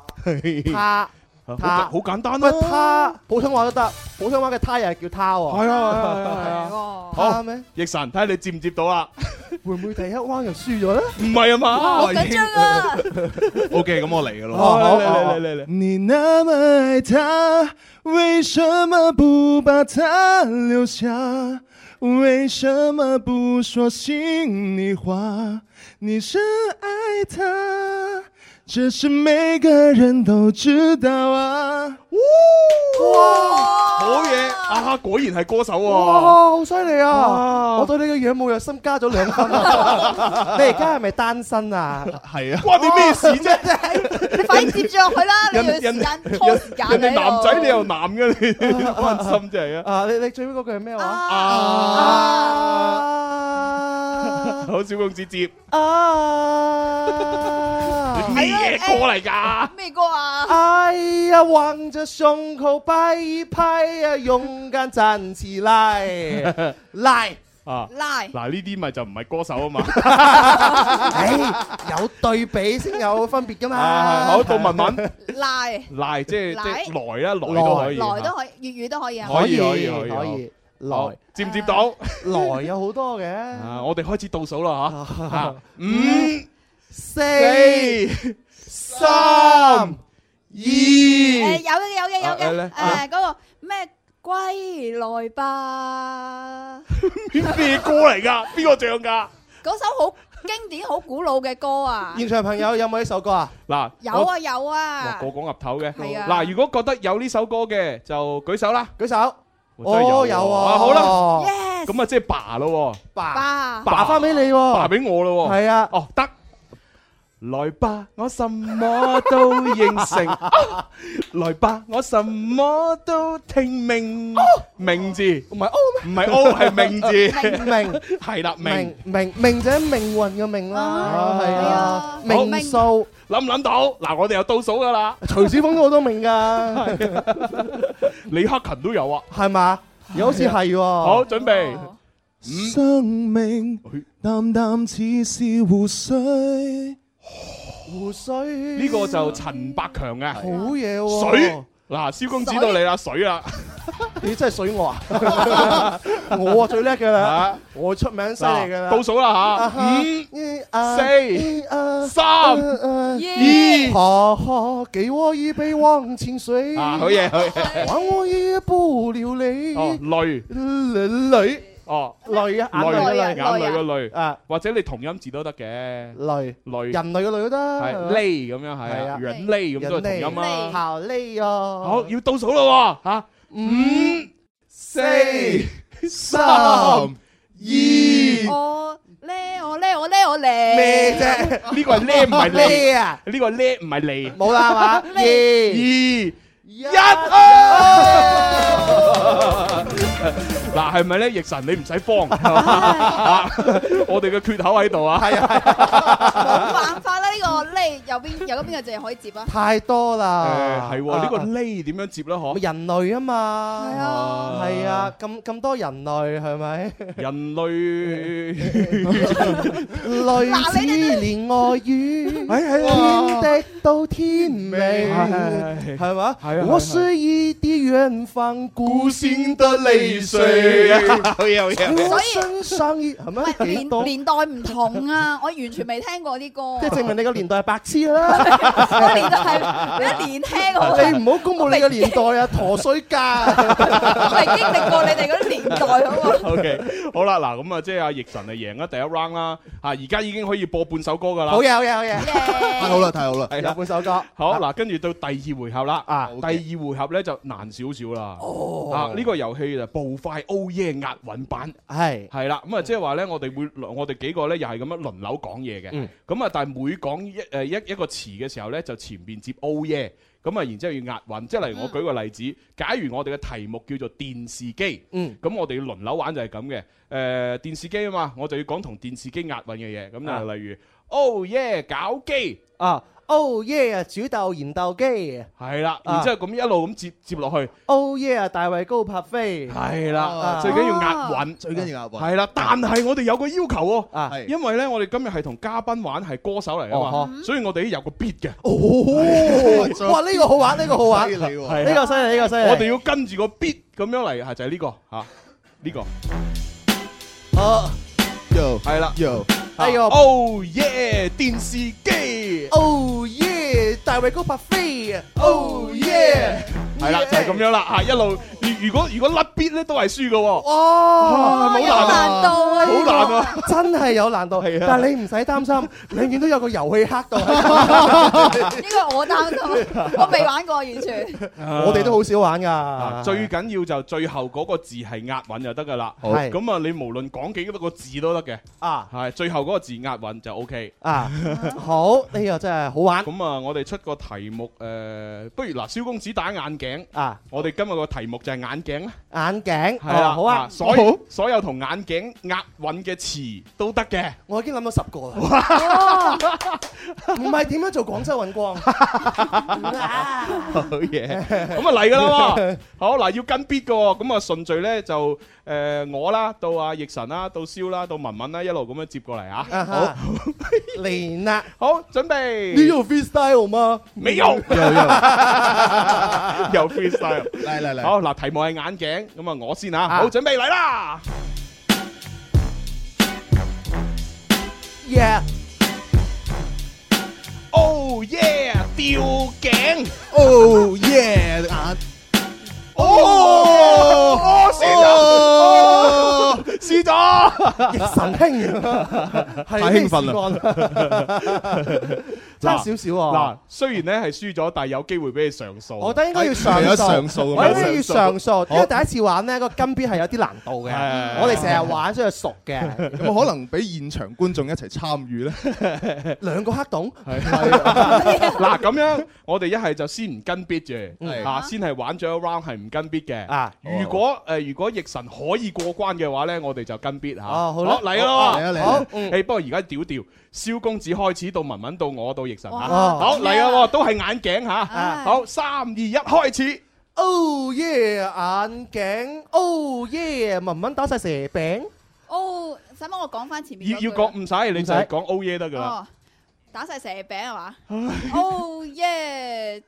他好他好簡單喂啦，，他普通話都得，普通話嘅他又係叫他喎。係啊係啊係啊係啊他好咩？奕晨，睇下你接唔接到啦？會唔會第一彎就輸咗咧？唔係啊 嘛，好緊張啊！ OK，咁我嚟噶咯。好好好好你那么爱他，为什么不把他留下？为什么不说心里话？你深爱他，这是每个人都知道啊。好嘢啊！果然係歌手哇，喎。好犀利啊！我對你嘅仰慕又心加咗兩分 啊！你而家係咪單身啊？係啊，關你咩事 啫？你快啲接住落去啦！你要人時人間拖時間人哋喺度男仔你又男嘅，你你都關心真係啊！啊，你你最尾嗰句係咩話？好，小公子接啊！ 咩歌嚟㗎？咩歌啊？哎呀，望着胸口拍一拍呀，勇敢站起來， 來！啊！拉嗱呢啲咪就唔係歌手 啊嘛。哎，有對比先有分別噶嘛。啊好到文文拉嚟，即係即來係來啊，來都可以，來都可以，粵語都可以啊。可以可以可以可以好來接唔接到？來有好多嘅。 啊！我哋開始倒數啦 吓，啊五四四三二誒一。有嘅有嘅有啊咧嘅，誒嗰個咩歸來吧，咩歌嚟㗎？邊個唱㗎？嗰首好經典、好古老嘅歌啊！現場朋友有冇呢首歌啊？嗱，有我啊有哇啊，個個岌頭嘅。係啊嗱，如果覺得有呢首歌嘅，就舉手啦。舉手。真係哦有啊好啦 Yes 咁啊，即係爸咯喎，爸爸爸翻俾你喎。爸俾我咯喎。係啊。哦，得。來吧，我什麼都應 承。啊來吧，我什麼都聽命。命字唔係 O 唔係 O，係命 字。明係啦，明命。明明者命運嘅命啦，哦係啊，係啊命數。諗唔諗到？嗱，我哋有倒數噶啦。徐小鳳都好多 命㗎，李克勤都有啊。係嘛？ 又好似係喎。好，準 備。生命淡淡似是湖水，湖水呢個就陳百強嘅。好嘢喎。水嗱，蕭公知道你啦，水啦。你真係水我啊！我啊最叻㗎啦啊，我出名犀利㗎啦。倒數啦吓，五、四、三二，哈哈，給我一杯忘情水。啊好嘢好嘢還我一不了哦，你。淚淚哦，淚啊，眼淚淚嘅眼淚，淚個淚啊，或者你同音字都得嘅，淚淚人類嘅淚都係得。淚咁樣係係啊啊，人淚咁都係同音人類啊。好累哦。好，要倒數啦喎吓，五、四、三、二。我咧我咧我咧我咧咩？啫？ 呢個係呢唔係咩你，啊？呢個呢唔係你。冇啦 係嘛？二二一 嗱，係咪咧？奕神，你唔使慌， 啊我哋嘅缺口喺度啊。係啊。冇辦法啦，呢個呢右邊右嗰邊嘅就可以接啊。太多啦，誒係喎，呢個 lay 點樣接咧？嗬，人類啊嘛，係啊係啊，咁咁多人類係咪？人類。 類似連外語，天的到天尾，係嘛？我是一滴遠方故鄉的淚水，我身上已係咪喂幾多？年年代唔同啊，我完全未聽過啲歌。即係證明你個年代係白痴啦！我年代係一年聽過。你唔好公佈你個年代啊，陀衰家！我係經歷過你哋嗰啲年代啊嘛。 O K，好啦，嗱咁啊，即係阿奕神啊贏咗第一 round 啦，啊而家已經可以播半首歌噶啦。好嘢，好嘢，好 嘢！太好啦，太好啦，係有半首歌。好嗱，跟住到第二回合啦，啊，第二回合咧就難少少啦。哦，啊呢個遊戲就步快 O 耶押韻版。係係啦，咁啊，即係話咧，我哋會我哋幾個咧又係咁樣輪流講嘢嘅嗯，咁啊，但係每講一誒一一個詞嘅時候咧，就前邊接 O 耶，咁啊，然之後要押韻，即係嗯例如我舉個例子，假如我哋嘅題目叫做電視機，嗯咁我哋要輪流玩就係咁嘅，誒電視機啊嘛，我就要講同電視機押韻嘅嘢，咁就啊例如 O 耶搞機，啊，Oh yeah，煮豆燃豆機。係啦，啊然之後咁一路咁接接落去， Oh yeah，大衛高柏飛。係啦啊，最緊要押韻，最緊要押韻係啦，但係我哋有個要求喎。啊，因為咧，我哋今日係同嘉賓玩係歌手嚟啊哦嘛，所以我哋有個 beat 嘅，哦，哇！呢個好玩，呢個好玩，犀呢利喎個犀利，呢個犀利。啊我哋要跟住個 beat 咁樣嚟，係就係呢個嚇，呢個哦，Yo，係啦，Yo，哎呦，Oh yeah，電視機， ，Oh yeah，大衛高柏飛，Oh yeah，係啦，就係咁樣啦嚇，一路如如果如果甩 beat 咧都係輸嘅喎，哦，好難啊，啊好難啊，真係有難度，係啊但係你唔使擔心， 永遠都有個遊戲黑度， 呢個我擔心，我未玩過完全。我哋都好少玩啊㗎。最緊要就最後嗰個字係押韻就得㗎啦，好係咁啊你無論講幾多個字都得嘅，啊係最後嗰個字押韻就 OK。 啊，好，呢個真係好玩咁啊，我哋出個題目誒，不如嗱，蕭公子打眼鏡。啊！我哋今日個題目就係眼鏡啦，眼鏡係啦，哦好啊，所有所有同眼鏡押韻嘅詞都得嘅，我已經諗到十個啦， 唔係點樣做廣州運光？ 好 嘢，咁啊嚟噶啦喎，好嗱，要跟 beat 嘅喎，咁啊順序咧就誒我啦，到阿奕神啦，到蕭啦，到文文啦，一路咁樣接過嚟啊，啊好，哈，嚟啦！好，準備，你有 freestyle 嗎？沒有， 有 freestyle，嚟嚟嚟好嗱，題目係眼鏡，咁啊我先啊，好，準備嚟啦， Yeah， Oh yeah，吊頸， ，Oh yeah，眼，Oh, 哦，哦先哦，試咗。神兄，太太興 à? 奮 啦，差啊少少嗱啊！，雖然咧係輸咗，但係有機會俾你上訴。我覺得應該要上係有訴，上訴㗎嘛我應該要上訴，因為好第一次玩呢個金邊係有啲難度嘅係，我哋成日玩所以熟 嘅，有冇可能俾現場觀眾一齊參與咧？兩個黑洞 嗱咁樣，我哋一係就先唔跟 bit 住，係嚇先係玩咗一 round 係唔跟 bit 嘅。啊！如果誒如果奕神可以過關嘅話咧，我哋就跟 bit 嚇。哦好啦好嚟啦喎！嚟啊嚟啊！好，嗯誒不過而家調調，蕭公子開始到文文到我到奕神嚇。哇好嚟啦喎，都係眼鏡啊嚇。好，三二一，開始。 ，Oh yeah 眼鏡，Oh yeah 文文打晒蛇餅， 哦，使乜我講翻前面要嗰句要啊？講唔使，你就係唔使講 O 耶得㗎啦。哦，打晒蛇餅係嘛？Oh yeah！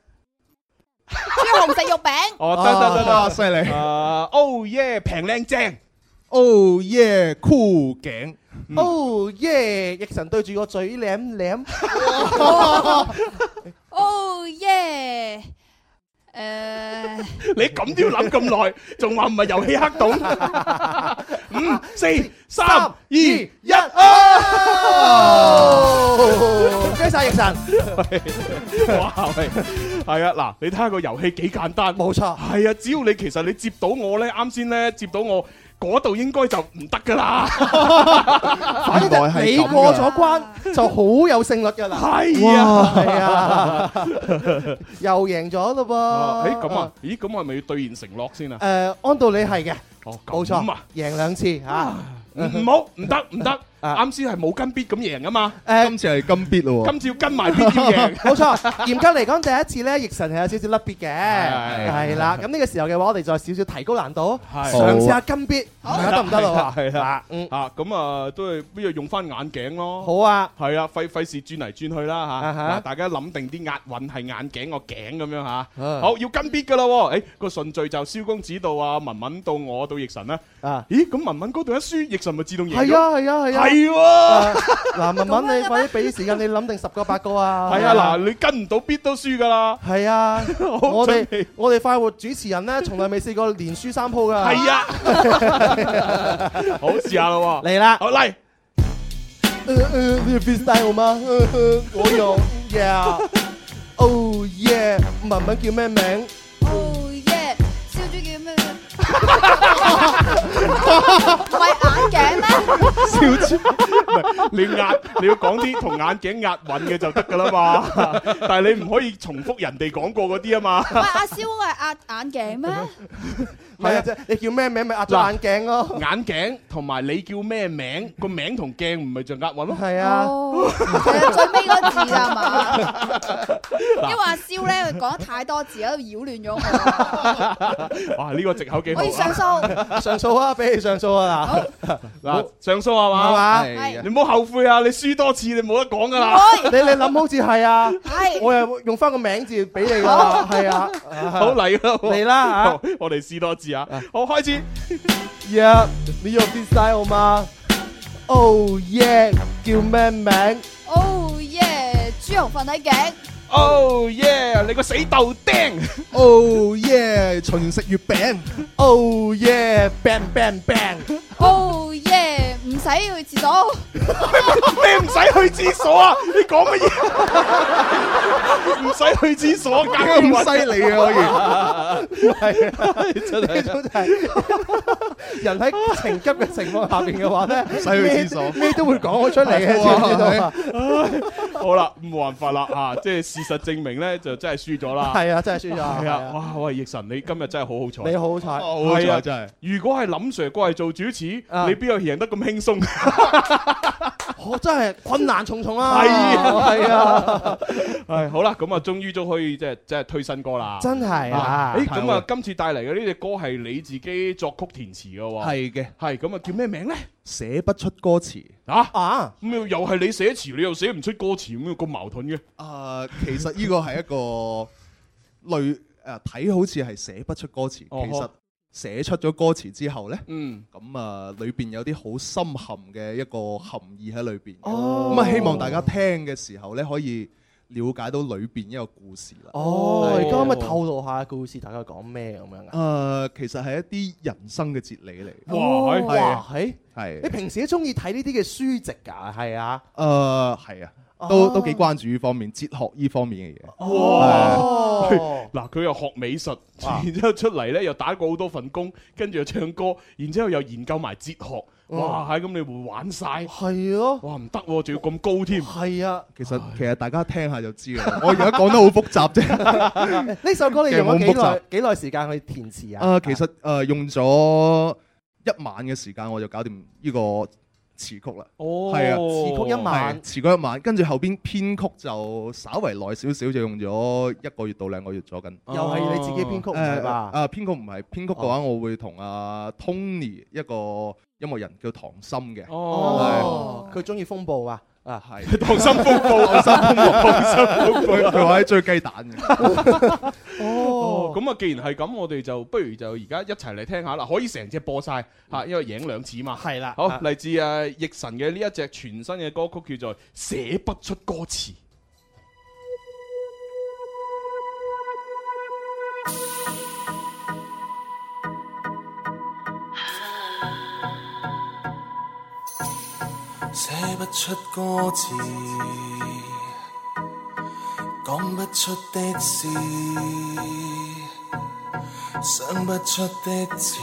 豬紅食肉餅， 哦，得得得哇，得。犀利誒，O 耶，平靚正。 ！Oh yeah，箍頸， Oh yeah 翼神對住個嘴舐舐。 Oh yeah！誒， 你咁都要諗咁耐，仲話唔係遊戲黑洞？五、四、三、二、一，哦！恭喜晒翼神， 哇！喂，係啊，嗱，你睇下個遊戲幾簡單，冇錯係啊，只要你其實你接到我咧，啱先咧接到我嗰度應該就唔得 㗎啦，反來係你咁過㗎咗關就好有勝率㗎啦，係 啊。係啊，à. 又贏咗嘞啊噃。誒咁啊？咦，咁我係咪要兌現承諾先啊？ờ, 誒，按道理係嘅，哦，冇咁錯啊，，Ờ, 贏兩次嚇。ừ, 唔唔好，唔得唔得，啱先係冇跟 bit 咁贏啊嘛，今次係金必咯喎，今次要跟 埋 bit 要贏。冇錯，嚴格嚟講，第一次咧，奕神係有少少甩別嘅，係係啦。咁呢個時候嘅話，我哋再少少提高難度，係嘗試下金必，睇下得唔得咯？係啦，啊咁啊，都係不如用翻眼鏡咯。好啊，係啊，費費事轉嚟轉去啦啊嚇。哈嗱，大家諗定啲押韻係眼鏡個頸咁樣嚇。啊好，要跟 bit 噶啦喎。誒個順序就蕭公子到啊，文文到我到奕神啦。啊，咦咁文文嗰度一輸，奕神咪自動贏咗。係啊，係啊，係啊，係喎啊嗱，文文，你快啲俾啲時間，你諗定十個八個啊！係啊，嗱，你跟唔到 bit 都輸噶啦。係 啊，好我準哋我哋快活主持人咧，從來未試過連輸三鋪㗎。 係啊， 好試下啦喎。嚟啦，好嚟。呃呃，你有 freestyle 嗎？呃呃，我有，yeah，oh yeah，文文叫咩名？ Oh yeah，燒豬叫咩？唔係眼鏡咩？笑豬，唔係你壓你要講啲同眼鏡押韻嘅就得㗎啦 嘛，但係你唔可以重複人哋講過嗰啲啊嘛。喂，阿蕭係壓眼鏡咩？係啊，即係你叫咩名咪壓咗嗱眼鏡咯。眼鏡同埋你叫咩名，個名同鏡唔係就押韻咯。係啊哦，係啊，最尾嗰個字啦係嘛？因為阿蕭咧佢講得太多字喺度擾亂咗我， 哇！呢個藉口幾好我啊。要上訴。 上訴啊，俾你上訴啊嗱，上訴啊係嘛？係嘛係你唔好後悔啊！你輸多次你冇得講㗎啦。嗱，你你諗好似係啊，我又用翻個名字俾你㗎啦，係啊，好嚟啦，嚟啦啊嚇好我哋試多次啊！ 好開始。 Yeah，你有 freestyle 嗎？Oh yeah，叫咩名？哦 Oh yeah，朱紅瞓喺頸。 Oh yeah！你個死豆丁。 Oh yeah，秦食月餅。 Oh yeah，bang bang bang。哦 Oh yeah，唔使去廁所。咩唔使去廁所啊？你講乜嘢？唔使去廁所，隔咁犀利啊可 以係啊，真呢種就係人喺情急嘅情況下邊嘅話咧，唔使去廁所咩咩都會講咗出嚟嘅，知唔知道啊？ 好啦，冇辦法啦吓，即係事實證明咧，就真係輸咗啦。係啊真係輸咗係係啊啊，哇！喂，奕神，你今日真係好好彩，你好好彩哦好好彩係啊真係啊如果係林 Sir 過嚟做主持，你邊有贏得咁 輕鬆？我哦真係困難重重啊！係啊，係啊，，係好啦，咁啊，終於都可以即係即係推新歌啦，真係啊誒，咁啊，今次帶嚟嘅呢只歌係你自己作曲填詞嘅喎，係嘅，係咁啊，叫咩名咧？寫不出歌詞啊啊！咁又又係你寫詞，你又寫唔出歌詞，咁樣咁矛盾嘅。啊，其實呢個係一個類誒呃睇好似係寫不出歌詞，其哦實呵寫出咗歌詞之後呢，嗯，咁啊裏邊有啲好深含嘅一個含義喺裏邊嘅，哦咁啊希望大家聽嘅時候呢，可以了解到裏邊一個故事啦。哦，而係啊家可唔可以透露下故事大概講咩咁樣啊？誒，其實係一啲人生嘅哲理嚟。哇係係啊哇係係你平時都中意睇呢啲嘅書籍㗎，係啊？誒係啊，都都幾關注呢方面哲學呢方面嘅嘢。哦哇！嗱，佢又學美術，然之後出嚟咧又打過好多份工，跟住又唱歌，然之後又研究埋哲學。嗯哇！係咁，你會玩晒。係咯。哇，唔得喎，仲要咁高添。係啊。其實其實大家聽下就知啦。 我而家講得好複雜 啫。呢首歌你用咗幾其實我冇複耐幾耐時間去填詞啊？啊，其實誒用咗一晚嘅時間，我就搞掂呢個詞曲啦。哦係啊，詞曲一晚係啊詞曲一晚，跟住後邊編曲就稍為耐少少，就用咗一個月到兩個月咗緊。哦又係你自己編曲唔係吧誒啊，編曲唔係編曲嘅話，我會同阿 Tony 一個音樂人叫唐心嘅。哦，佢中意風暴啊！啊， 係溏心風暴溏心風暴， 溏心風暴，佢話喺追雞蛋嘅。 哦，咁啊，既然係咁，我哋就不如就而家一齊嚟聽下啦，可以成隻播晒嚇，嗯因為影兩次嘛。係啦好啊嚟自啊奕神嘅呢一隻全新嘅歌曲叫做《寫不出歌詞》。寫不出歌詞，講不出的事，想不出的字，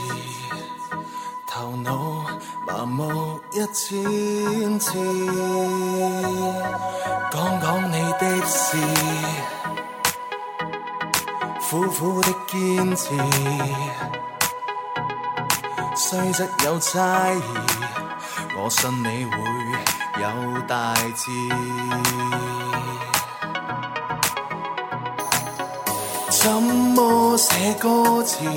頭腦麻木一千次，講講你的事，苦苦的堅持，雖則有猜疑。我信你會有大志。怎麼寫歌詞，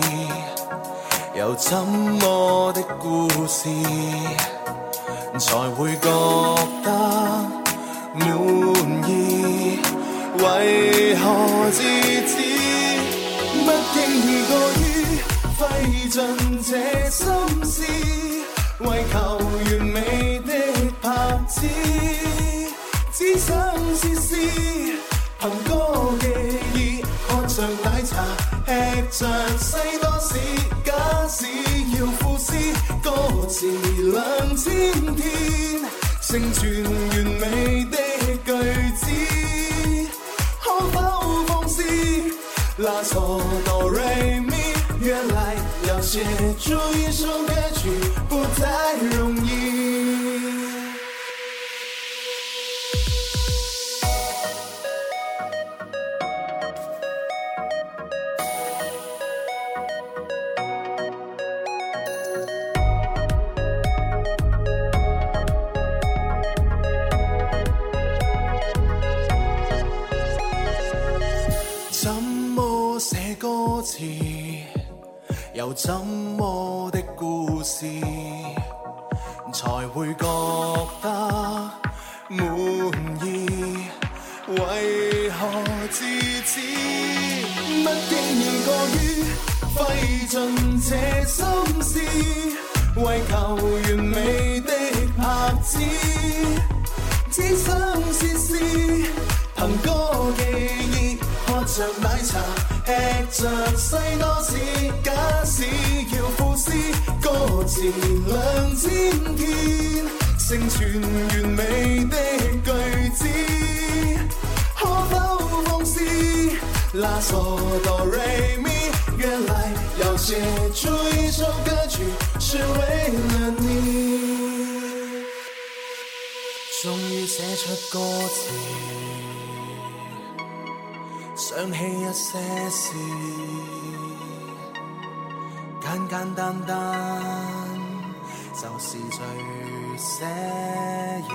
又怎麼的故事，才會覺得滿意？為何自知不經意過於費盡這心思，為求完美的拍子，只想試試憑歌寄意，喝着奶茶，吃着西多士，假使要賦詩，歌詞兩千天，成全完美的句子。可否放肆？拉索哆瑞咪，原来要写出一首歌曲不太容易。怎麼寫歌詞，又怎麼的故事，才會覺得滿意？為何自知不經意過於費盡這心思，為求完美的拍子，只想試試憑歌記憶。喝着奶茶，吃着西多士，假使要賦詩，歌詞兩千天，成全完美的句子，可否放肆？拉索哆瑞咪，原來要寫出一首歌曲是為了你，終於寫出歌詞。想起一些事，簡簡單單就是最寫意。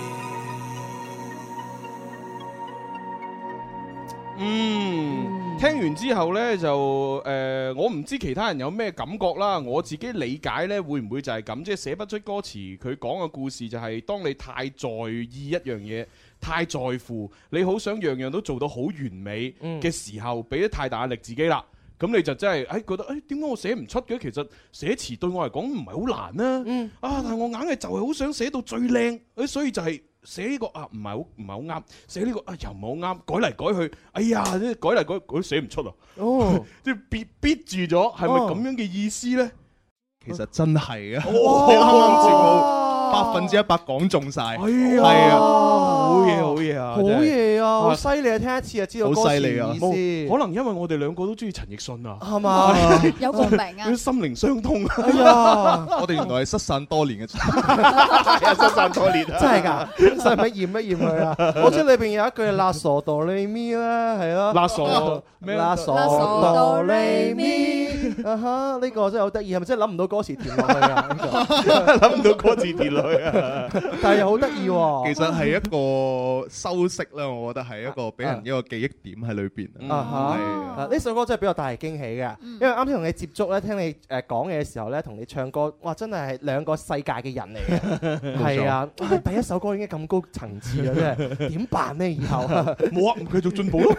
嗯，聽完之後呢，就誒、呃我唔知其他人有咩感覺啦。我自己理解呢，會唔會就係咁？即係寫不出歌詞，佢講嘅故事就係、當你太在意一樣嘢。太在乎，你好想樣樣都做到好完美嘅時候，俾得太大壓力自己啦。咁你就真係，誒、覺得誒點解我寫唔出嘅？其實寫詞對我嚟講唔係好難啦、啊。嗯但係我硬係就係好想寫到最靚，誒所以就係寫呢、個啊唔係好唔係好啱，寫呢、個啊又唔係好啱，改嚟改去，哎呀，即係改嚟改去，佢寫唔出啊。哦， 即係逼逼住咗，係咪咁樣嘅意思呢？其實真係嘅，啊你哦啱啱節目百分之一百講中哎晒，係啊，好嘢好嘢啊好嘢啊，好犀真係利啊！聽一次就知道歌好詞犀利啊！意冇思。可能因為我哋兩個都中意陳奕迅啊，哦係嘛有共鳴啊 哎心靈相通啊！呀 我哋原來係失散多年嘅，失散多年 真係㗎，使唔使驗一驗佢 啊？我知裏邊有一句拉索哆唻咪啦，係咯，拉索咩拉索拉索哆哆唻唻咪咪，啊哈！呢個真係好得意，係咪真係諗唔到歌詞填落去啊？ 呢個諗唔到歌詞跌落去啊！但係又好得意喎。其實係一個修飾啦，我覺得係一個俾人一個記憶點喺裏邊啊哈係啊呢首歌真係比較大驚喜嘅，因為啱先同你接觸咧，聽你誒呃講嘢嘅時候咧，同你唱歌，哇！真係係兩個世界嘅人嚟嘅， 冇錯係啊！哇第一首歌已經咁高層次啦，真係點辦呢？以 後冇啊，繼續進步 咯。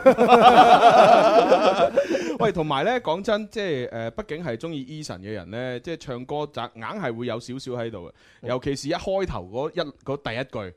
喂，同埋咧，講真，即係誒，呃畢竟係中意 Eason 嘅人咧，即係唱歌就硬係會有少少喺度嘅，嗯尤其是一開頭嗰一嗰第一句，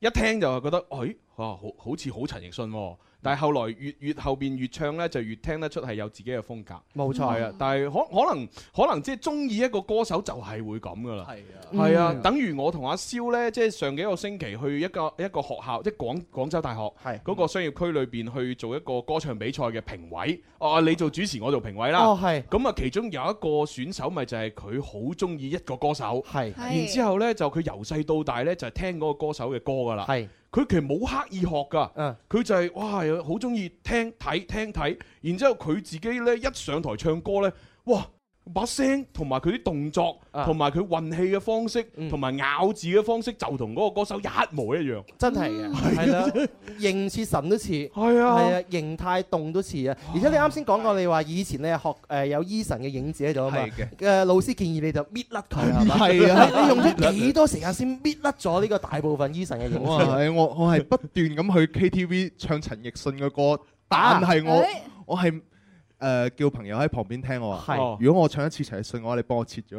一聽就係覺得，哎，啊，好好似好陳奕迅喎。但係後來越越後邊越唱咧，就越聽得出係有自己嘅風格。冇錯係啊。但係可可能可能即係中意一個歌手就係會咁噶啦。係啊嗯係啊，等於我同阿蕭呢，即係上幾個星期去一個一個學校，即係廣廣州大學嗰個商業區裏邊去做一個歌唱比賽嘅評委。哦，你做主持，我做評委啦。哦係咁啊，其中有一個選手咪就係佢好中意一個歌手。係然之後。之後呢，就佢由細到大呢，就係聽嗰個歌手嘅歌噶啦。係佢其實冇刻意學㗎，佢就係哇好中意聽睇聽睇，然之後佢自己呢，一上台唱歌呢，哇！把聲同埋佢啲動作，啊同埋佢運氣嘅方式，同埋咬字嘅方式，就同嗰個歌手一模一樣。真係嘅，係啦，形似神都似，嗯啊係啊係啊啊，形態動都似啊。而且你啱先講過，你話以前你係學誒有 Eason 嘅影子喺度啊嘛，係嘅誒老師建議你就搣甩佢係嘛？係啊你你用咗幾多時間先搣甩咗呢個大部分 E Eason 嘅影哇！子？係我我係不斷咁去 KTV 唱陳奕迅嘅歌，啊但係我誒我係誒叫朋友喺旁邊聽我話哎係，如果我唱一次陳奕迅嘅話，你幫我切 咗。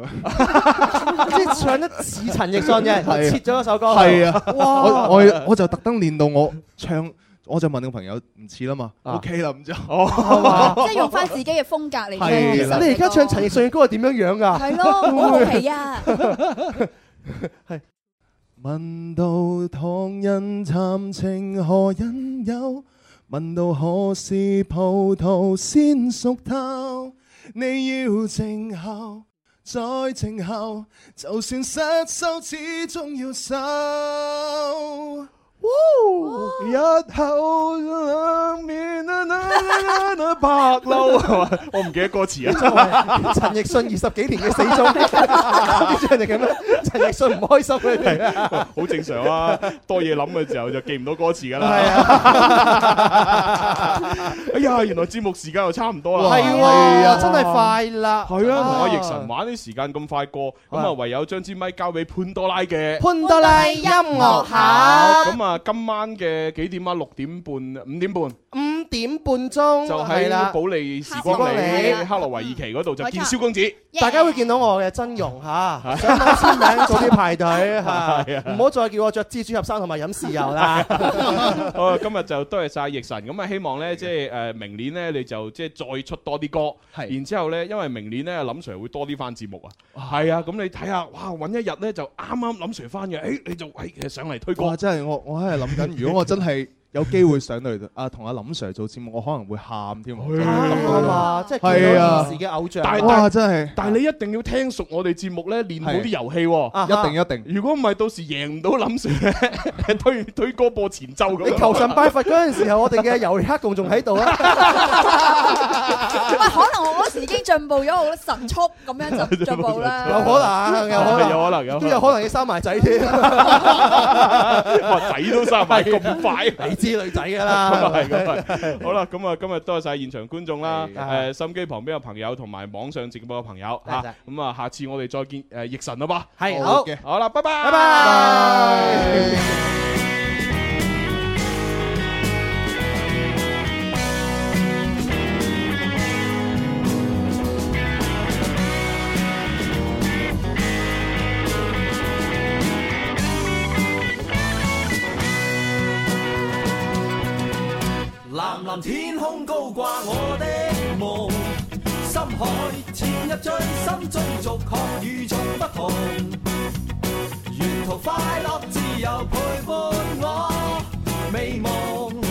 即係唱得似陳奕 迅嘅，係啊切咗一首歌。係啊，哇！我我我就特登練到我唱，我就問個朋友唔似啦嘛，OK 啊啦咁就。哦即係用翻自己嘅風格嚟唱係其實啦你而家唱陳奕迅嘅歌係點樣樣㗎？係咯，好好 奇啊！問到唐人談情何因有？問到何時葡萄先熟透？你要靜候，再靜候，就算失手，始終要守。一口兩面啊，那那那那白褸係嘛？我唔記得歌詞啊。陳奕迅二十幾年嘅死忠，啲人哋咁樣， 陳奕迅唔開心佢哋 啊。好正常啊！多嘢諗嘅時候就記唔到歌詞㗎啦。哎呀，原來節目時間又差唔多啦。係啊喎，真係快啦。係啊，同阿奕神玩啲時間咁快過，咁啊唯有將支咪交俾潘多拉嘅。潘多拉音樂好盒咁啊，今晚嘅幾點啊？六點半、五點半。五點半鐘就哦係喺啦，保利時光時光里里克羅維爾奇嗰度就見蕭公子。大家會見到我嘅真容嚇， 想攞簽名早啲排隊係嚇，嗯啊 唔好再叫我着蜘蛛俠衫同埋飲豉油啦。好啊，今日就多謝晒奕神，咁啊希望嗯咧即係誒明年咧你就即係再出多啲歌，然之後咧因為明年咧林 Sir 會多啲翻節目啊，係啊，咁你睇下，哇揾一日咧就啱啱林 Sir 翻嘅，誒你就誒上嚟推歌哇！，真係我我喺度 諗緊，如果我真係有機會上嚟啊同阿林 Sir 做節目，我可能會喊添。啱啊即係見係到啊兒時嘅偶像。但哇！但真係但係你一定要聽熟我哋節目咧，練好啲遊戲啊喎，一定一定。如果唔係到時贏唔到林 Sir 咧， 推推歌播前奏 咁。你求神拜佛嗰陣時候，我哋嘅遊戲黑共仲喺 度啊！喂，可能我嗰時已經進步咗好多神速咁樣就進步啦。有可能，有可能， 有可能有可能都有可能要生埋仔 添。哇！仔都生埋咁快，啊啊你知女仔㗎啦咁啊係咁啊係好啦，咁啊今日多謝晒現場觀眾啦，誒心機旁邊嘅朋友同埋網上直播嘅朋友多謝嚇，咁啊下次我哋再見誒奕神啦吧，係好好嘅好啦，拜拜，拜拜。藍藍天空高掛我的夢，深海潛入最深追逐，確與眾不同。沿途快樂自由陪伴我，美夢